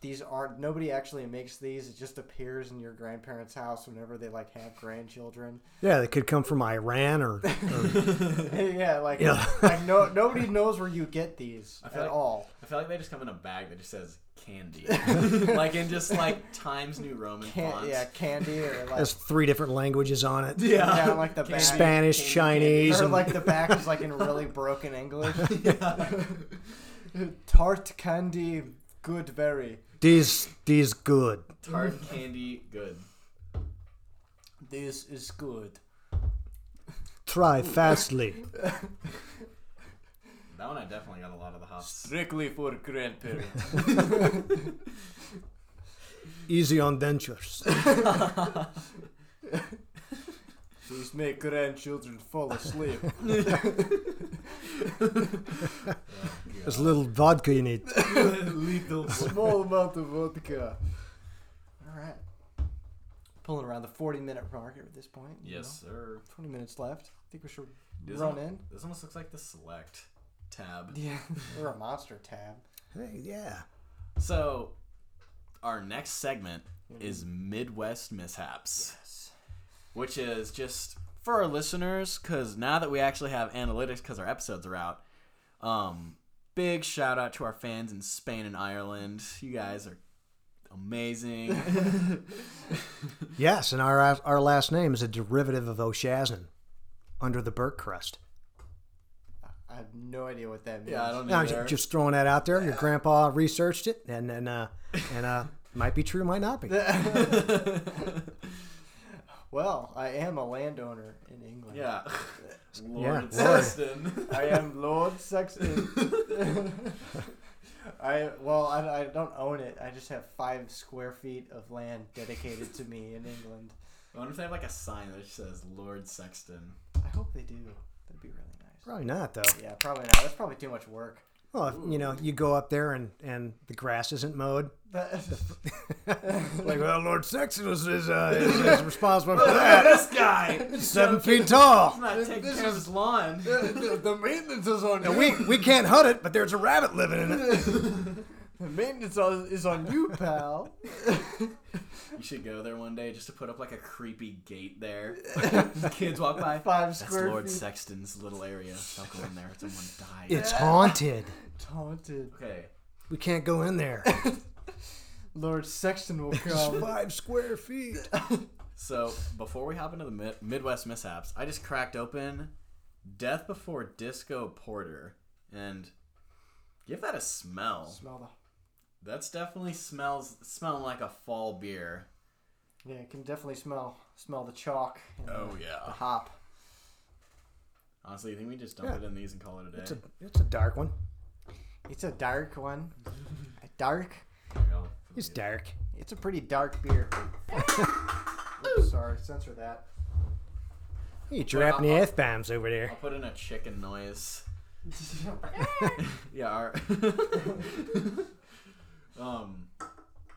These aren't. Nobody actually makes these. It just appears in your grandparents' house whenever they like have grandchildren.
Yeah, they could come from Iran or
yeah, like
Yeah.
like no nobody knows where you get these at
feel like-
all.
I feel like they just come in a bag that just says candy, like in just like Times New Roman font.
Can, yeah, candy or like
has three different languages on it.
yeah.
yeah, like the back.
Spanish,
Candy,
Chinese,
Or
and
like the back is like in really broken English. Tart candy, good berry.
these these good.
Tart candy, good.
This is good.
Try fastly.
That one I definitely got a lot of the hops.
Strictly for grandparents.
Easy on dentures.
Please make grandchildren fall asleep.
There's a little vodka you need.
Little small amount of vodka. All right. Pulling around the 40 minute marker at this point. you
Yes, sir.
know. 20 minutes left. I think we should
This
run
one-
in.
This almost looks like the select tab.
Yeah. Or a monster tab.
Hey, yeah.
So, our next segment is Midwest Mishaps, which is just for our listeners, because now that we actually have analytics, because our episodes are out, um, big shout out to our fans in Spain and Ireland. You guys are amazing.
Yes, and our our last name is a derivative of O'Shazin, under the Burke crest.
I have no idea what that means.
yeah, I don't
Now,
know.
j- just throwing that out there. Your grandpa researched it, and and uh, and uh, might be true, might not be.
Well, I am a landowner in England.
yeah.
Yeah,
Lord
Lord.
Sexton.
I am Lord Sexton. I well, I, I don't own it. I just have five square feet of land dedicated to me in England.
I wonder if they have like a sign that says Lord Sexton.
I hope they do. That'd be really nice.
Probably not though.
Yeah, probably not. That's probably too much work.
Well, if, you know, you go up there and and the grass isn't mowed. Like, well, Lord Sexton is is, uh, is, is responsible for that.
this guy!
Seven feet tall.
I'm not taking care of his lawn.
the maintenance is on
And we we can't hunt it, but there's a rabbit living in it.
The maintenance on- is on you, pal.
You should go there one day just to put up like a creepy gate there. Kids walk by.
Five
That's
square
Lord
feet.
Sexton's little area. Don't go in there. Someone died.
It's haunted.
Taunted.
Okay.
We can't go in there.
Lord Sexton will
It's
come.
five square feet.
So before we hop into the Mi- Midwest mishaps, I just cracked open Death Before Disco Porter and give that a smell.
Smell
That's definitely smells smelling like a fall beer.
the. Yeah, you can definitely smell smell the chalk. And the- The
Oh, yeah.
hop.
Honestly, you think we just dump
Yeah.
it in these and call it a
It's
day?
a it's a dark one.
It's a dark one. A dark.
Here, I'll-
It's dark.
It's a pretty dark beer. Oops, sorry, censor that.
You dropping the f bombs over
I'll
there.
put in a chicken noise. Yeah. Our um.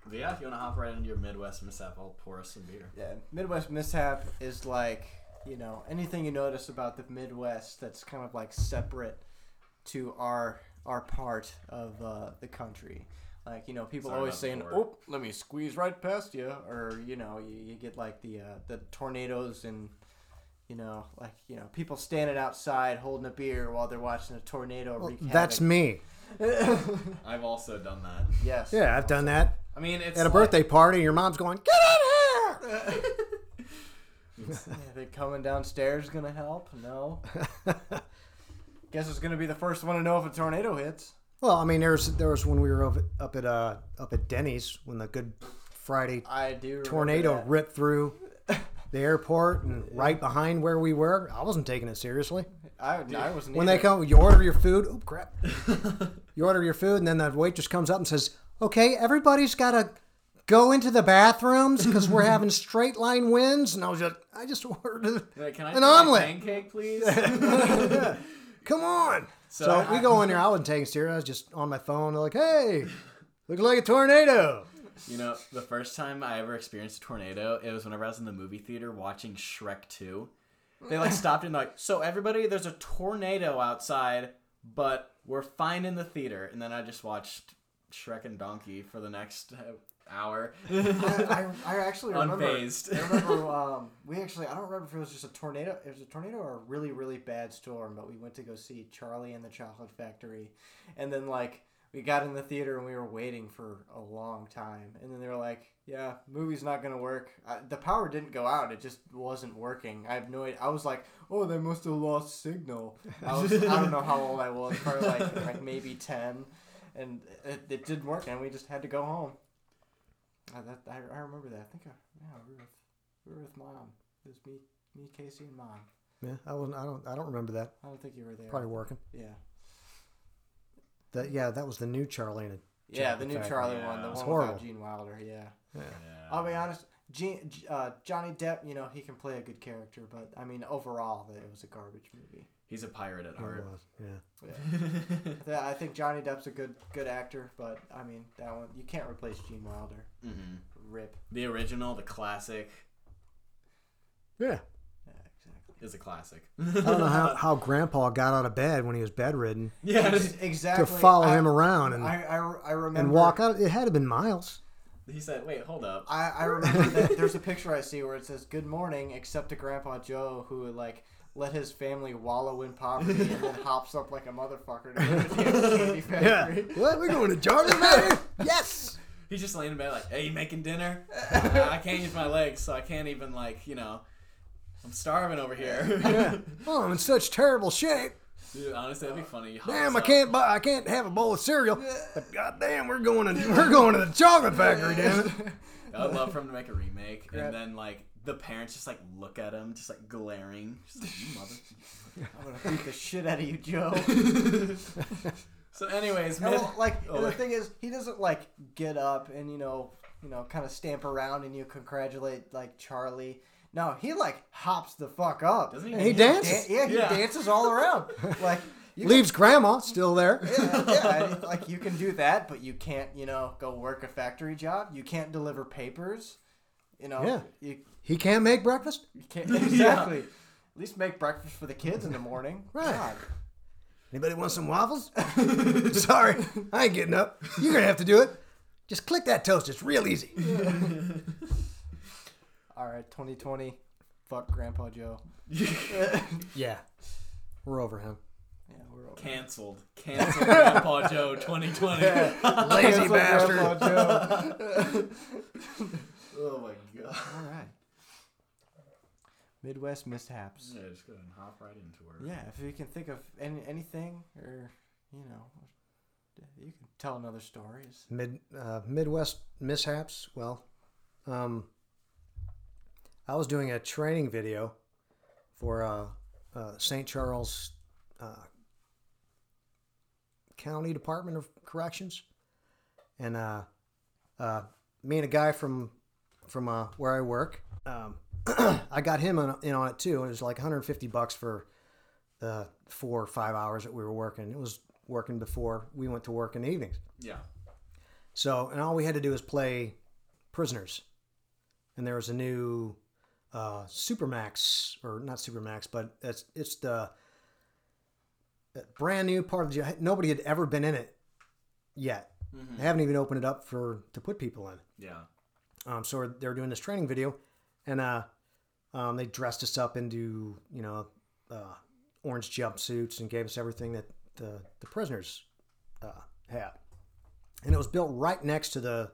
But yeah, if you want to hop right into your Midwest mishap, I'll pour us some beer.
yeah, Midwest mishap is like you know anything you notice about the Midwest that's kind of like separate to our our part of uh, the country. Like you know, people
Sorry
always
about
saying,
the word.
"Oh, let me squeeze right past you," or you know, you, you get like the uh, the tornadoes and you know, like you know, people standing outside holding a beer while they're watching a tornado. wreak
That's
havoc.
me.
I've also done that.
yes.
Yeah, I've done that
I mean, it's
at a
like-
birthday party. Your mom's going, "Get in here!"
Yeah, think coming downstairs gonna help? No. Guess it's gonna be the first one to know if a tornado hits.
Well, I mean, there was there was when we were over, up at uh up at Denny's when the Good Friday
I do. remember
tornado
that.
ripped through the airport and right behind where we were. I wasn't taking it seriously.
I, I wasn't.
When
either.
they come, you order your food. Oh crap! you order your food, and then the waitress comes up and says, "Okay, everybody's got to go into the bathrooms because we're having straight line winds." And I was just, I just ordered.
Like, can I
An
try my
omelet.
pancake, please?
Come on. So,
So
we go in there. I wasn't taking serious. I was just on my phone. Like, hey, looks like a tornado.
you know, the first time I ever experienced a tornado, it was whenever I was in the movie theater watching Shrek Two. They like stopped and like, so everybody, there's a tornado outside, but we're fine in the theater. And then I just watched Shrek and Donkey for the next uh, hour.
I, I, I actually remember.
Unfazed.
I remember. Um, we actually. I don't remember if it was just a tornado. It was a tornado or a really really bad storm. But we went to go see Charlie and the Chocolate Factory, and then like we got in the theater and we were waiting for a long time. And then they were like, "Yeah, movie's not gonna work. Uh, the power didn't go out. It just wasn't working. I have no. idea. I was like, oh, they must have lost signal. I was. I don't know how old I was. Probably like like maybe ten. And it, it didn't work, and we just had to go home. I, Uh, that, I, I remember that. I think I, yeah, we were with, we were with mom. It was me, me, Casey, and mom.
Yeah, I wasn't. I don't. I don't remember that.
I don't think you were there.
Probably working.
Yeah.
That yeah, that was the new Charlie and the
Yeah, the new
Exactly.
Charlie
Yeah.
one, the
It's
one
horrible.
without Gene Wilder. Yeah.
Yeah.
Oh,
I'll be honest. Gene, uh, Johnny Depp, you know, he can play a good character, but I mean, overall, it was a garbage movie.
He's a pirate at
It
heart.
was, yeah. Oh,
Yeah, I think Johnny Depp's a good good actor, but I mean, that one you can't replace Gene Wilder.
hmm
Rip.
The original, the classic,
Yeah.
Yeah, exactly.
is a classic.
I don't know how, how Grandpa got out of bed when he was bedridden
yeah,
Ex- exactly.
to follow
I-
him around and,
I, I, I remember
and walk out. It had to been Miles.
he said, "Wait, hold up."
I, I remember that there's a picture I see where it says "Good morning," except to Grandpa Joe, who like let his family wallow in poverty and then hops up like a motherfucker to go to the candy factory.
What? We're going to Jarvis Manor? yes.
He's just laying in bed, like, "Hey, you making dinner?" "Uh, I can't use my legs, so I can't even like, you know, I'm starving over here.
Oh, I'm in such terrible shape.
Dude, honestly, that'd be funny. He hops
Damn, I
up.
can't buy. I can't have a bowl of cereal. But goddamn, we're going to we're going to the chocolate factory. Damn it.
I'd love for him to make a remake,
Grab-
and then like the parents just like look at him, just like glaring. Just like, "You mother."
I'm gonna beat the shit out of you, Joe.
So, anyways,
And
mid-
well, like
Oh,
and the
wait.
thing is, he doesn't like get up and you know, you know, kind of stamp around and you congratulate like Charlie. No, he like hops the fuck up.
Doesn't he?
And
He
dances.
dan- yeah, he
Yeah.
dances all around. Like you
Leaves Grandma still there.
yeah, yeah, and, like you can do that, but you can't, you know, go work a factory job. You can't deliver papers. You know,
Yeah.
you,
He can't make breakfast.
you can't exactly. At least make breakfast for the kids in the morning.
Right.
God.
Anybody want some waffles? Sorry, I ain't getting up. You're gonna have to do it. Just click that toast. It's real easy.
All right, 2020. Fuck Grandpa Joe.
Yeah, we're over him.
Yeah, we're over.
canceled, canceled, Grandpa Joe, 2020.
Lazy bastard.
Grandpa Joe.
Oh my god.
All right. Midwest mishaps.
Yeah, just go and hop right into her.
Yeah, if you can think of any, anything, or you know, you can tell another story. It's-
Mid uh, Midwest mishaps. Well, um, I was doing a training video for uh, uh, St. Charles uh, County Department of Corrections, and uh, uh, me and a guy from from uh, where I work, um, I got him on, in on it too. It was like 150 bucks for the four or five hours that we were working. It was working before we went to work in the evenings.
Yeah.
So, and all we had to do was play prisoners. And there was a new uh, Supermax, or not Supermax, but it's it's the a brand new part of the nobody had ever been in it yet. They haven't even opened it up for to put people in.
Yeah.
Um, so they were doing this training video, and uh, um, they dressed us up into you know uh, orange jumpsuits and gave us everything that the the prisoners uh, had, and it was built right next to the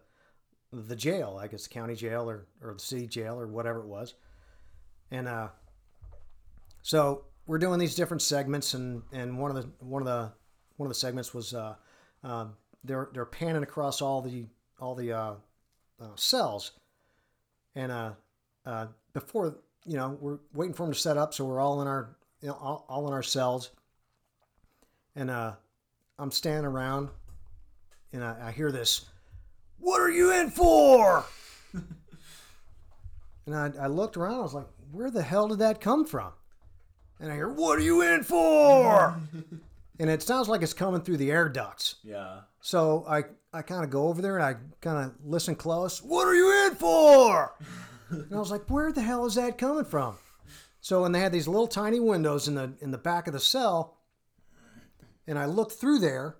the jail, I guess the county jail or or the city jail or whatever it was, and uh, so we're doing these different segments, and and one of the one of the one of the segments was uh, uh, they're they're panning across all the all the uh, uh, cells. And uh, uh, before, you know, we're waiting for them to set up, so we're all in our, you know, all, all in our cells. And uh, I'm standing around, and I, I hear this, "What are you in for?" and I, I looked around. I was like, "Where the hell did that come from?" And I hear, "What are you in for?" and it sounds like it's coming through the air ducts.
Yeah.
So I, I kind of go over there and I kind of listen close. What are you in for? and I was like, where the hell is that coming from? So and they had these little tiny windows in the in the back of the cell, and I looked through there,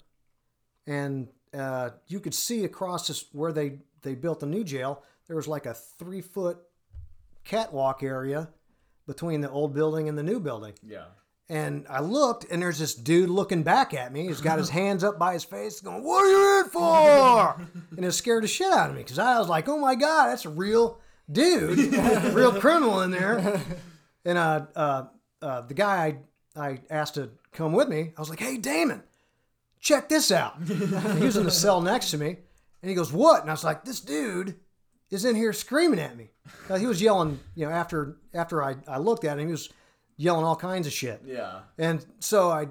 and uh, you could see across this where they they built the new jail. There was like a three foot catwalk area between the old building and the new building.
Yeah.
And I looked, and there's this dude looking back at me. He's got his hands up by his face, going, "What are you in for?" And it scared the shit out of me because I was like, "Oh my god, that's a real dude, real criminal in there." And uh, uh, uh, the guy I, I asked to come with me, I was like, "Hey, Damon, check this out." And he was in the cell next to me, and he goes, "What?" And I was like, "This dude is in here screaming at me." Uh, he was yelling, you know, after after I, I looked at him, he was yelling all kinds of shit.
Yeah.
And so I,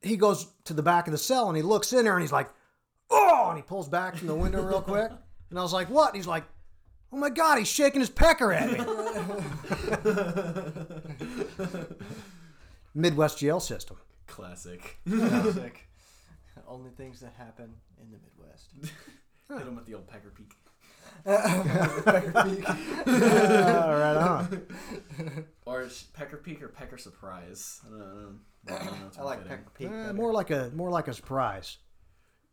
he goes to the back of the cell and he looks in there and he's like, oh, and he pulls back from the window real quick. And I was like, what? And he's like, oh my God, he's shaking his pecker at me. Midwest jail system.
Classic.
Classic. Only things that happen in the Midwest.
Hit him with the old pecker peak.
right on.
Or is pecker peak or pecker surprise. I don't know. I, don't know. It's
I
more
like
fitting.
Peck Peak.
Eh,
better.
more like a more like a surprise.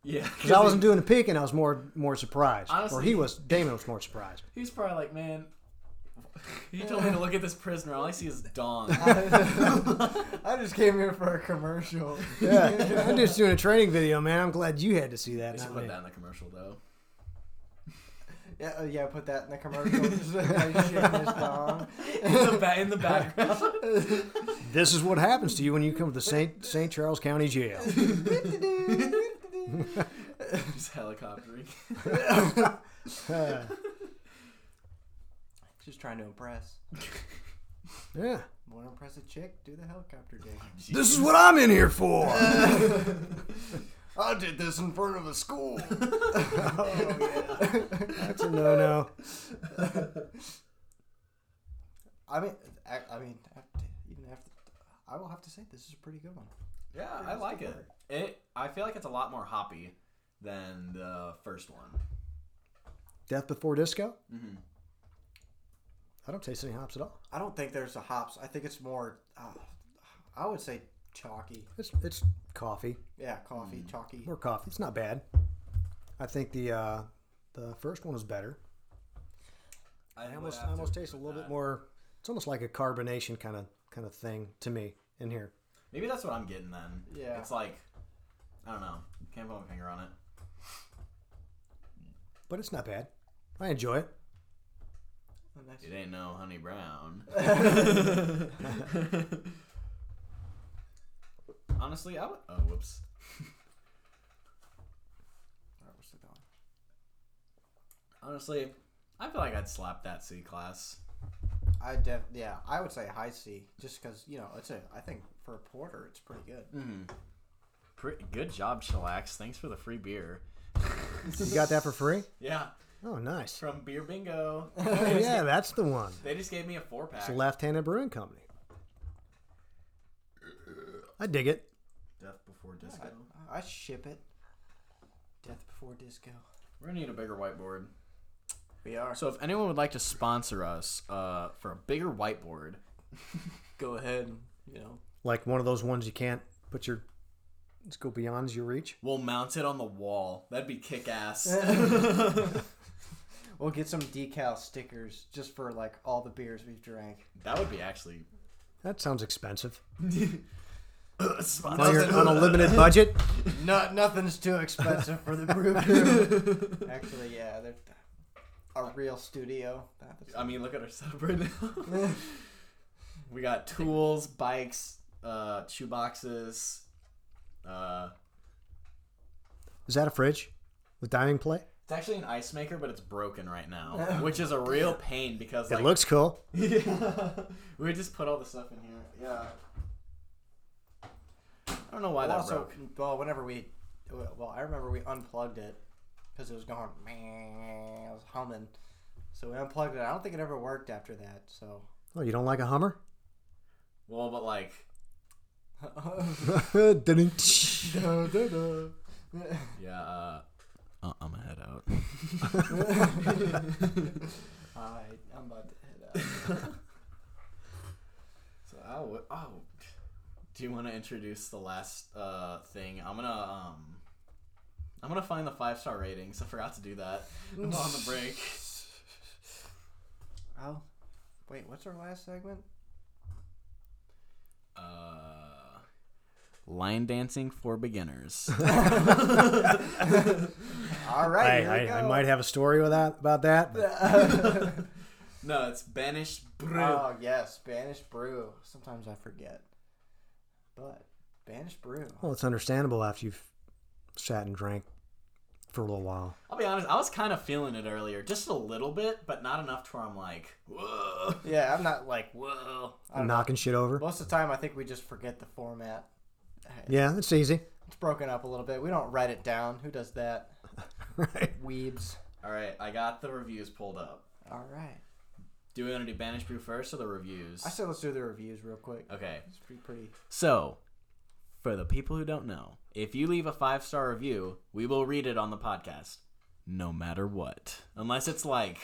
Yeah.
'Cause I wasn't doing a peek, and I was more more surprised. or
Honestly-
he was. Damon was more surprised.
He's probably like, man, you told me to look at this prisoner. All I see is Dawn.
I just came here for a commercial.
Yeah, I'm just doing a training video, man. I'm glad you had to see that.
They
not
should put
me.
that in the commercial, though.
Yeah, uh, yeah, put that in the commercial. Just a guy shaking his dong.
In the, ba- in the background.
This is what happens to you when you come to Saint Saint Charles County Jail.
Just helicoptering.
Just trying to impress.
yeah,
Want to impress a chick? Do the helicopter dig.
this is what I'm in here for.
I did this in front of a school. Oh,
That's a no no.
I mean, I, I mean, after, even after, I will have to say this is a pretty good one.
Yeah, I like it. It. I feel like it's a lot more hoppy than the first one.
Death Before Disco.
Mm-hmm.
I don't taste any hops at all.
I don't think there's a hops. I think it's more. Uh, I would say chalky.
It's it's coffee.
Yeah, coffee, chalky.
More coffee. It's not bad. I think the uh, the first one was better. I almost I almost taste a little bit more. It's almost like a carbonation kind of kind of thing to me in here.
Maybe that's what I'm getting then.
Yeah.
It's like, I don't know. Can't put my finger on it.
But it's not bad. I enjoy it.
Oh, nice.
It ain't no honey brown. Honestly, I would. Oh, whoops.
Alright, we're still going.
Honestly, I feel like I'd slap that C class.
I def yeah. I would say high C, just because you know it's a. I think for a porter, it's pretty good.
Pretty good job, Chillax. Thanks for the free beer.
You got that for free?
Yeah,
Oh, nice.
from Beer Bingo.
Oh, yeah, that's the one.
they just gave me a four pack.
It's a left-handed brewing company. I dig it.
Death before disco.
I ship it. Death before disco.
We're gonna need a bigger whiteboard.
We are.
So if anyone would like to sponsor us uh, for a bigger whiteboard,
go ahead. You know.
Like one of those ones you can't put your. Let's go beyond your reach.
we'll mount it on the wall. That'd be kick ass.
We'll get some decal stickers just for like all the beers we've drank.
that would be actually
That sounds expensive. On, your,
sponsored.
on a limited budget.
Not nothing's too expensive for the brew crew. Actually, yeah, they're a real studio. That's-
I mean, look at our setup right now. we got tools, bikes, uh, shoe boxes. Uh,
Is that a fridge with dining plate?
it's actually an ice maker, but it's broken right now, which is a real pain because
It
like,
looks cool.
we just put all the stuff in here. Yeah. I don't know why that
also,
broke.
well, whenever we, well, I remember we unplugged it because it was going. Meh, it was humming, so we unplugged it. I don't think it ever worked after that. So
Oh, you don't like a Hummer?
Well, but like,
Dun-dun-tsh.
yeah. Uh, uh, I'm gonna head out.
I, I'm about to head out.
So I would. Oh, do you want to introduce the last uh, thing? I'm gonna um, I'm gonna find the five star ratings. I forgot to do that on the break.
Oh, wait, what's our last segment?
Uh, line dancing for beginners.
All right,
I,
here we
I,
go.
I might have a story with that about that. but
no, it's banished brew.
Oh yes, Spanish brew. Sometimes I forget, but Spanish brew.
well, it's understandable after you've sat and drank for a little while.
I'll be honest. I was kind of feeling it earlier, just a little bit, but not enough to where I'm like, whoa,
Yeah, I'm not like.
whoa.
I don't know.
knocking shit over.
Most of the time, I think we just forget the format.
yeah, it's easy.
It's broken up a little bit. We don't write it down. Who does that?
right.
Weebs.
All right, I got the reviews pulled up.
All right.
Do we want to do Banished Brew first or the reviews?
I said let's do the reviews real quick.
okay.
It's pretty pretty.
So, for the people who don't know, if you leave a five star review, we will read it on the podcast, no matter what. Unless it's like,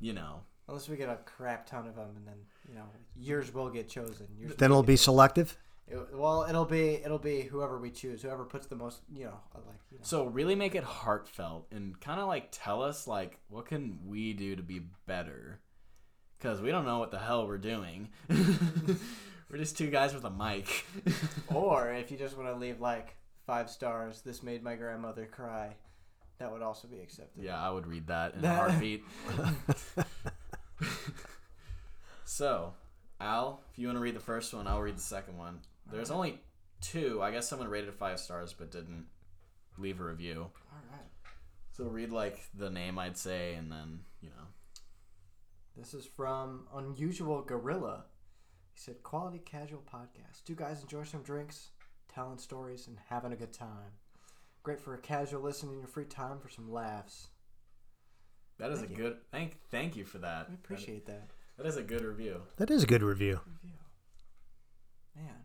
you know,
Unless we get a crap ton of them, and then you know yours will get chosen. Yours
Then it'll be selective.
It, well, it'll be it'll be whoever we choose, whoever puts the most, you know, uh, like you know.
so really make it heartfelt and kind of like tell us like what can we do to be better? Because we don't know what the hell we're doing. we're just two guys with a mic.
Or if you just want to leave like five stars, this made my grandmother cry, that would also be accepted.
Yeah, I would read that in a heartbeat. so, Al, if you want to read the first one, I'll read the second one. There's only two. I guess someone rated five stars but didn't leave a review.
All right.
So read like the name I'd say, and then you know.
This is from Unusual Gorilla. He said, "Quality casual podcast. Two guys enjoy some drinks, telling stories, and having a good time. Great for a casual listen in your free time for some laughs.
That is
Thank
a
you.
good thank thank you for that.
We appreciate that.
that. That is a good review.
That is a good review.
Review. Man,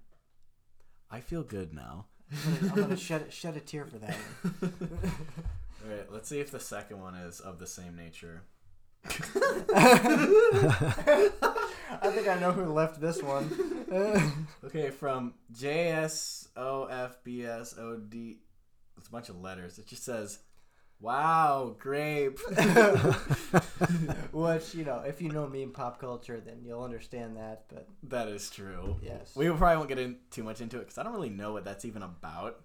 I feel good now.
I'm gonna, I'm gonna shed shed a tear for that one."
All right, let's see if the second one is of the same nature.
I think I know who left this one.
Okay, from J S O F B S O D. It's a bunch of letters. It just says, "Wow, grape."
Which, you know, if you know me in pop culture, then you'll understand that. But
that is true.
yes.
We probably won't get in too much into it because I don't really know what that's even about.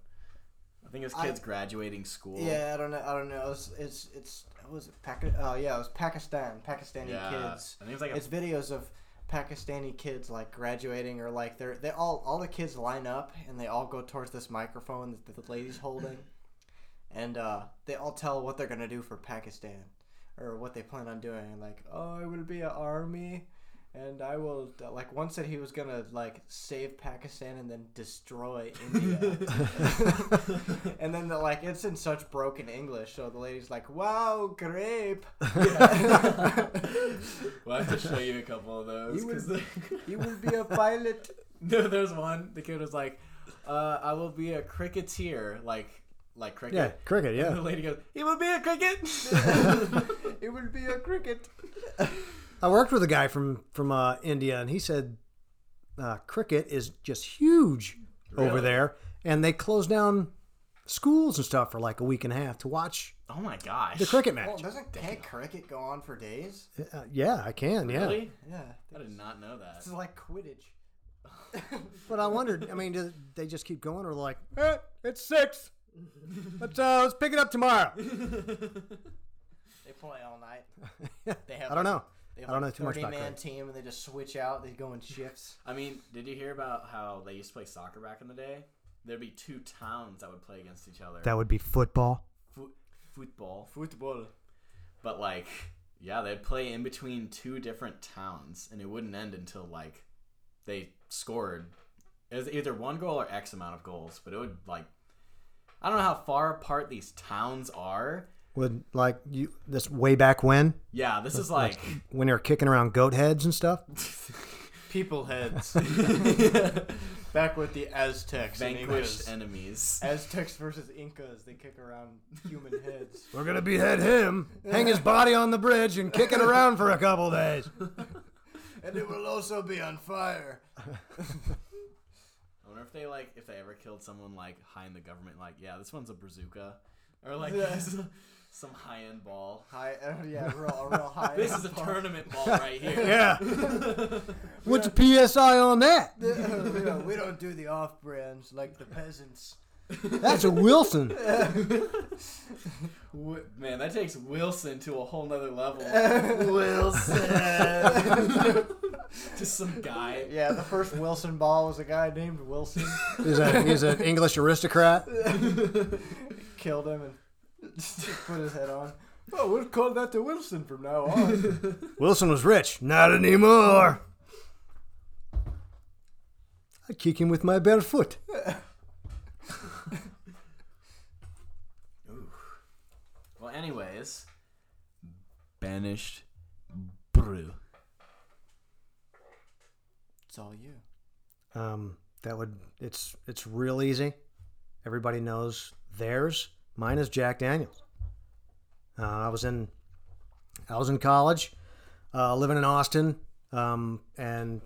I think it's
I-
kids graduating school.
yeah, I don't know. I don't know. It's it's it's what was it? Paki- oh yeah, it was Pakistan. Pakistani
yeah.
kids.
I think it's like a,
It's videos of Pakistani kids like graduating or like they're they all all the kids line up and they all go towards this microphone that the lady's holding, and uh, they all tell what they're gonna do for Pakistan or what they plan on doing. Like, oh, I will be an army, and I will like one said he was gonna like save Pakistan and then destroy India, and then the, like it's in such broken English, so the lady's like, wow, grape.
We'll have to show you a couple of those.
You would-
'cause the-
You will be a pilot.
no, there's one. The kid was like, uh, "I will be a cricketer," like like cricket.
Yeah, cricket.
And the
Yeah,
lady goes, "He will be a cricket."
It will be a cricket.
I worked with a guy from from uh, India, and he said uh, cricket is just huge over
Really?
there, and they closed down schools and stuff for like a week and a half to watch
Oh my gosh.
the cricket
Well,
match.
doesn't can cricket go on for days?
Uh, yeah, I can. Yeah,
Really?
Yeah.
I did not know that.
This is like Quidditch.
but I wondered. I mean, do they just keep going, or like, eh, it's six. Let's uh, let's pick it up tomorrow.
They play all night. They have
I don't know.
They
I
have
don't know
like
too much about
man
cricket.
team and they just switch out. They go in shifts.
I mean, did you hear about how they used to play soccer back in the day? There'd be two towns that would play against each other.
That would be football.
Fu- football.
Football.
But like, yeah, they'd play in between two different towns, and it wouldn't end until like they scored. It was either one goal or X amount of goals, but it would like. I don't know how far apart these towns are.
Would like you this way back when
Yeah, this is like
when they were kicking around goat heads and stuff.
People heads. Back with the Aztecs. and
vanquished
Incas.
enemies.
Aztecs versus Incas. They kick around human heads.
We're gonna behead him, hang his body on the bridge, and kick it around for a couple days.
and it will also be on fire.
I wonder if they like if they ever killed someone like high in the government, like yeah, this one's a bazooka, or like
Yeah.
this is a- some high end ball.
High, uh, yeah, real, real high.
This is a tournament ball right here.
Yeah. What's the PSI on that?
we, don't, we don't do the off brands like the peasants.
That's a Wilson.
Wi- Man, that takes Wilson to a whole nother level.
Wilson.
Just some guy.
yeah, the first Wilson ball was a guy named Wilson.
He's, a, he's an English aristocrat.
Killed him and put his head on. Well, we'll call that the Wilson from now on.
Wilson was rich. Not anymore. I kick him with my bare foot.
is banished brew.
It's all you.
Um, that would it's it's real easy. Everybody knows theirs. Mine is Jack Daniels. Uh, I was in I was in college, uh, living in Austin, um, and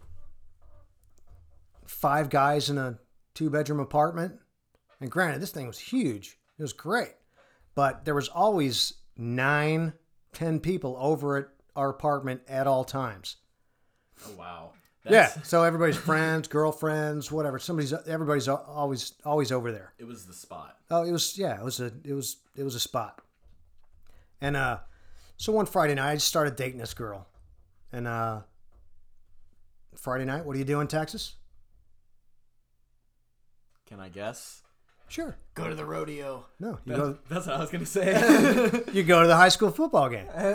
five guys in a two bedroom apartment. And granted, this thing was huge. It was great, but there was always nine, ten people over at our apartment at all times.
Oh wow.
yeah, so everybody's friends, girlfriends, whatever. Somebody's everybody's al- always always over there.
It was the spot.
Oh, it was yeah, it was a it was it was a spot. And uh so one Friday night I just started dating this girl. And uh Friday night, what do you do in Texas?
Can I guess?
Sure.
Go to the rodeo.
No. You go
That's what I was gonna say.
you go to the high school football game.
Oh,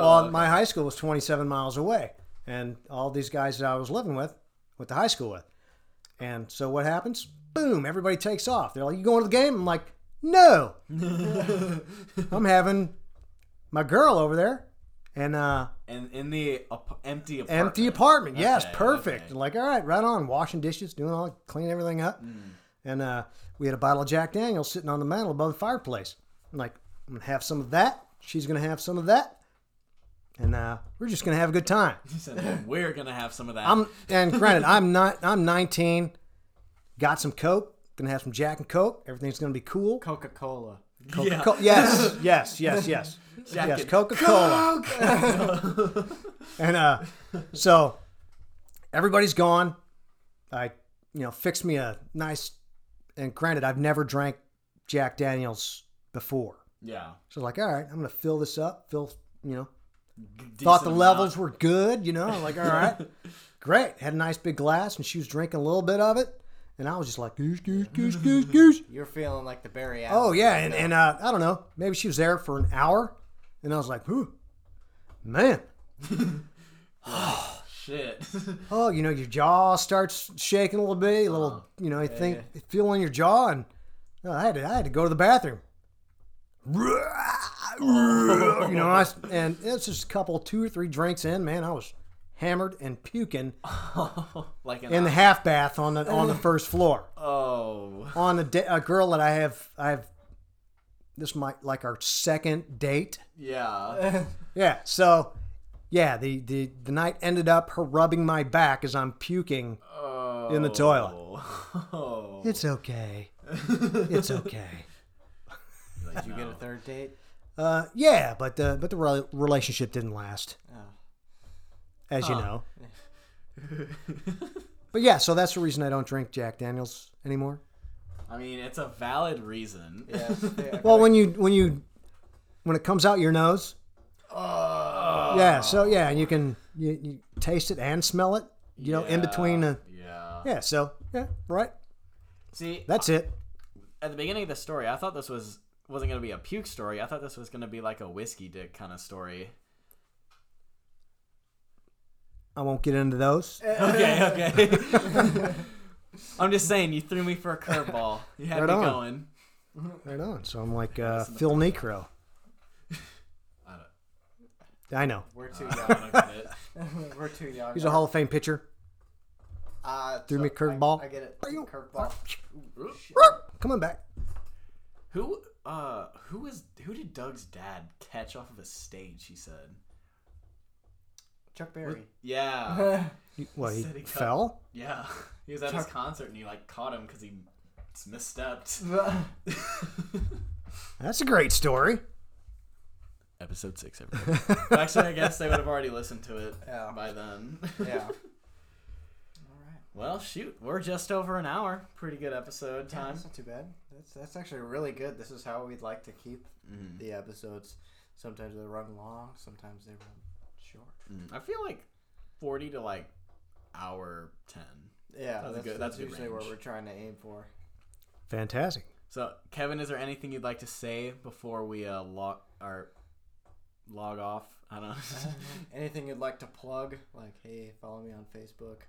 Well, my high school was 27 miles away, and all these guys that I was living with, went to high school with. And so what happens? Boom! Everybody takes off. They're like, "You going to the game?" I'm like, "No, I'm having my girl over there." And uh,
and in the ap- empty apartment.
empty apartment. Yes,
Okay,
perfect.
okay.
And Like, all right, right on. Washing dishes, doing all, cleaning everything up.
Mm.
And uh, we had a bottle of Jack Daniels sitting on the mantle above the fireplace. I'm like, I'm gonna have some of that. She's gonna have some of that, and uh, we're just gonna have a good time.
He said, We're gonna have some of that.
I'm and granted, I'm not. I'm 19. Got some coke. Gonna have some Jack and Coke. Everything's gonna be cool.
Coca Cola.
yeah.
Co- yes, yes, yes, yes.
Jack
yes,
and
Coca Cola. and uh, so everybody's gone. I, you know, fixed me a nice. And granted, I've never drank Jack Daniels before,
yeah.
so like, all right, I'm gonna fill this up. Fill, you know,
Decent
thought the
amount.
levels were good. You know, I'm like, all right, great. Had a nice big glass, and she was drinking a little bit of it, and I was just like, goose, goose, goose, goose, goose.
You're feeling like the Barry Allen.
Oh yeah, and, and uh, I don't know, maybe she was there for an hour, and I was like, "Whew, man,
Shit.
oh, you know, your jaw starts shaking a little bit, a little, you know, you think feel in your jaw, and oh, I had to, I had to go to the bathroom. you know, I, s- and it's just a couple, two or three drinks in, man, I was hammered and puking
like an
in the half bath on the on the first floor.
Oh.
on a, da- a girl that I have I have this might like our second date.
Yeah.
Yeah. So yeah, the the the night ended up her rubbing my back as I'm puking.
Oh.
In the toilet.
Oh.
It's okay. It's okay.
Did you get a third date?
Uh, yeah, but the but the rel- relationship didn't last,
Oh.
as you
Oh.
know. But yeah, so that's the reason I don't drink Jack Daniels anymore.
I mean, it's a valid reason.
Yes, they-
Well, when you when you when it comes out your nose,
Oh.
yeah. So yeah, and you can you, you taste it and smell it. You know, in between uh, the
Yeah.
Yeah, so yeah, right.
See,
That's it.
at the beginning of the story, I thought this was wasn't gonna be a puke story. I thought this was gonna be like a whiskey dick kind of story.
I won't get into those.
Eh. Okay, okay. I'm just saying, you threw me for a curveball. You had
Right
me
on.
going.
Right on. So I'm like uh, Phil Necro.
I don't-
I know.
We're too
I
young.
don't get it.
We're too young.
He's a Hall of Fame pitcher.
Uh,
Threw me
so
a curveball.
I, I get it.
Bam.
Curveball.
Coming back.
Who uh who is who did Doug's dad catch off of a stage, he said?
Chuck Berry.
Yeah.
You- Well, he
Said he got-
fell.
Yeah. He was at his
Chuck-
concert and he like caught him cuz he s- misstepped.
That's a great story.
Episode 6 everybody. Actually, I guess they would have already listened to it
Yeah.
by then.
yeah.
Well, shoot. We're just over an hour. Pretty good episode time.
That's not too bad. That's that's actually really good. This is how we'd like to keep
Mm-hmm.
the episodes. Sometimes they run long. Sometimes they run short.
Mm, I feel like 40 to like hour 10.
Yeah,
That's a good-
that's, that's
that's a good
usually what
range.
we're trying to aim for.
Fantastic.
So, Kevin, is there anything you'd like to say before we uh, log our log off? I don't know.
Anything you'd like to plug? Like, hey, follow me on Facebook.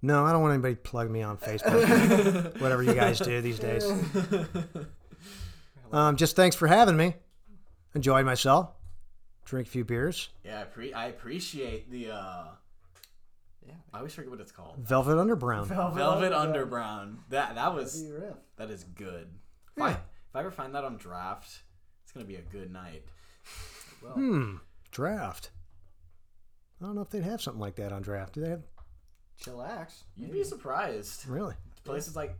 No, I don't want anybody to plug me on Facebook. Whatever you guys do these days. Um, just thanks for having me. enjoyed myself, drink a few beers.
Yeah, I, pre- I appreciate the. uh
Yeah.
I always forget what it's called.
Velvet Underground.
Velvet Underground. That that was
VRF.
that is good. If, I,
Yeah.
if I ever find that on draft, it's gonna be a good night.
Hmm. Draft. I don't know if they'd have something like that on draft. Do they have
Chillax.
You'd be surprised.
really?
Places like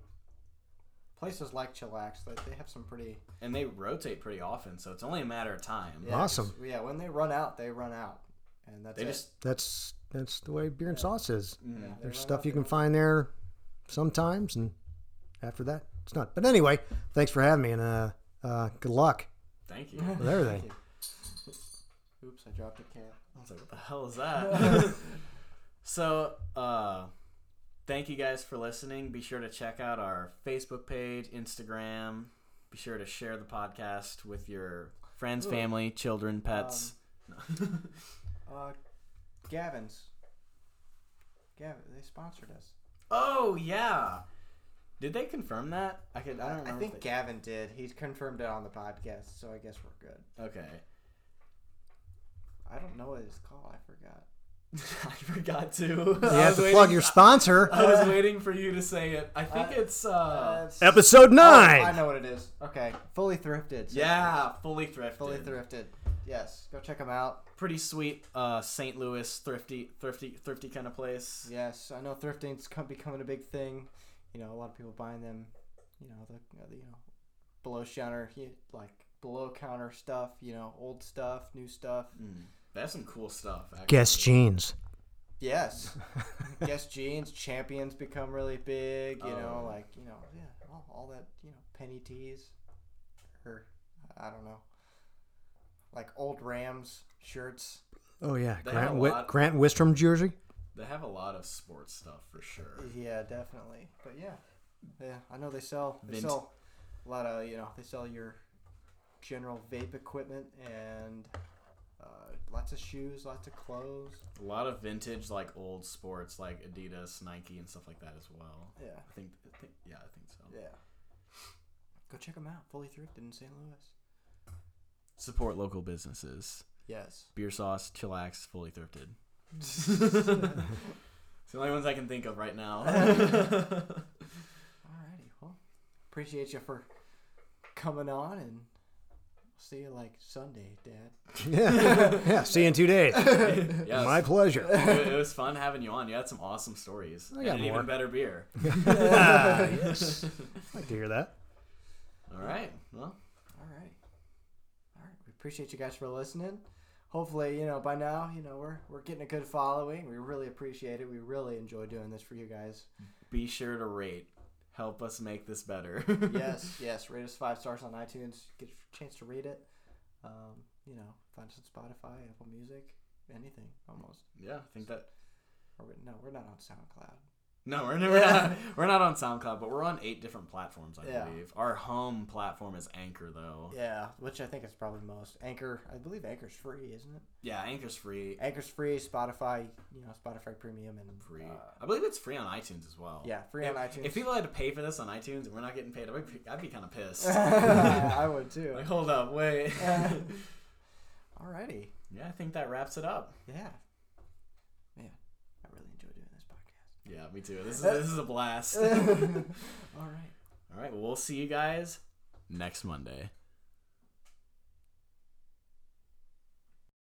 Places like Chillax, they, they have some pretty.
and they rotate pretty often, so it's only a matter of time.
Yeah, 'cause-
Awesome.
Yeah, when they run out, they run out, and that's
They
it.
just
That's that's the way beer and sauce is.
Yeah, they
There's
run
stuff
out,
you
they
can find there sometimes, and after that, it's not. But anyway, thanks for having me, and uh, uh, good luck
thank you.
with everything.
Thank run- Oops, I dropped a can.
I was like, what the hell is that? so, uh, thank you guys for listening. Be sure to check out our Facebook page, Instagram. Be sure to share the podcast with your friends,
Ooh. Um,
family, children, pets.
Uh, Gavin's. Gavin, they sponsored us.
oh yeah, did they confirm that? I could. I don't
I,
remember.
think
if they-
Gavin did. He's confirmed it on the podcast, so I guess we're good.
okay.
I don't know what it's called. I forgot.
I forgot to. You
You have to plug your sponsor.
I was waiting for you to say it. I think
Uh,
it's. Uh,
it's-
Episode
Oh,
nine.
I know what it is. Okay, fully thrifted. so-
yeah, fully thrifted.
fully thrifted. Yes, go check them out.
Pretty sweet. Uh, St. Louis thrifty, thrifty, thrifty kind of place.
Yes, I know thrifting's come, becoming a big thing. You know, a lot of people buying them. You know, the, uh, the you know, below counter, he- like below counter stuff. You know, old stuff, new stuff.
That's Hmm. some cool stuff. Actually.
Guess jeans.
Yes, guess jeans. Champions become really big. You know,
Oh.
like you know, yeah, all, all that. You know, penny tees, or I don't know, like old Rams shirts.
Oh yeah,
They have
Grant
a
Wi-
lot.
Grant Wistrom jersey.
They have a lot of sports stuff for sure.
Yeah, definitely. But yeah, yeah, I know they sell they
Vint-
sell a lot of you know they sell your general vape equipment and uh, lots of shoes, lots of clothes.
A lot of vintage, like old sports, like Adidas, Nike, and stuff like that as well.
Yeah,
I think, I think yeah, I think so.
yeah. Go check them out. Fully thrifted in St. Louis.
Support local businesses.
Yes.
Beer sauce, chillax, fully thrifted. it's the only ones I can think of right now.
Alrighty. Well, appreciate you for coming on and. See you like Sunday, Dad.
Yeah, yeah. See you in two days.
yes.
My pleasure.
it, it was fun having you on. You had some awesome stories.
I got
and an
more.
even better beer.
Ah, yes. I like to hear that.
All right. Well,
All right. All right. We appreciate you guys for listening. Hopefully, you know, by now, you know, we're we're getting a good following. We really appreciate it. We really enjoy doing this for you guys.
be sure to rate. Help us make this better.
yes, yes. Rate us five stars on iTunes. Get a chance to read it. Um, you know, find us on Spotify, Apple Music, anything almost.
yeah, I think that
Or we, no, we're not on SoundCloud.
No, we're, we're not. We're not on SoundCloud, but we're on eight different platforms, I
Yeah.
believe. Our home platform is Anchor, though.
Yeah, which I think is probably most. Anchor, I believe Anchor's free, isn't it?
Yeah, Anchor's free.
Anchor's free. Spotify, you know, Spotify Premium and
Free.
uh,
I believe it's free on iTunes as well.
yeah, free
If-
on iTunes.
If people had to pay for this on iTunes and we're not getting paid, I'd be, I'd be kind of pissed.
I would too.
like, hold up, wait.
Uh-huh. Alrighty.
yeah, I think that wraps it up.
Yeah. Man, I really enjoy doing this podcast.
Yeah, me too. This is
Uh,
this is a blast. All
All right.
right, we'll see you guys next Monday.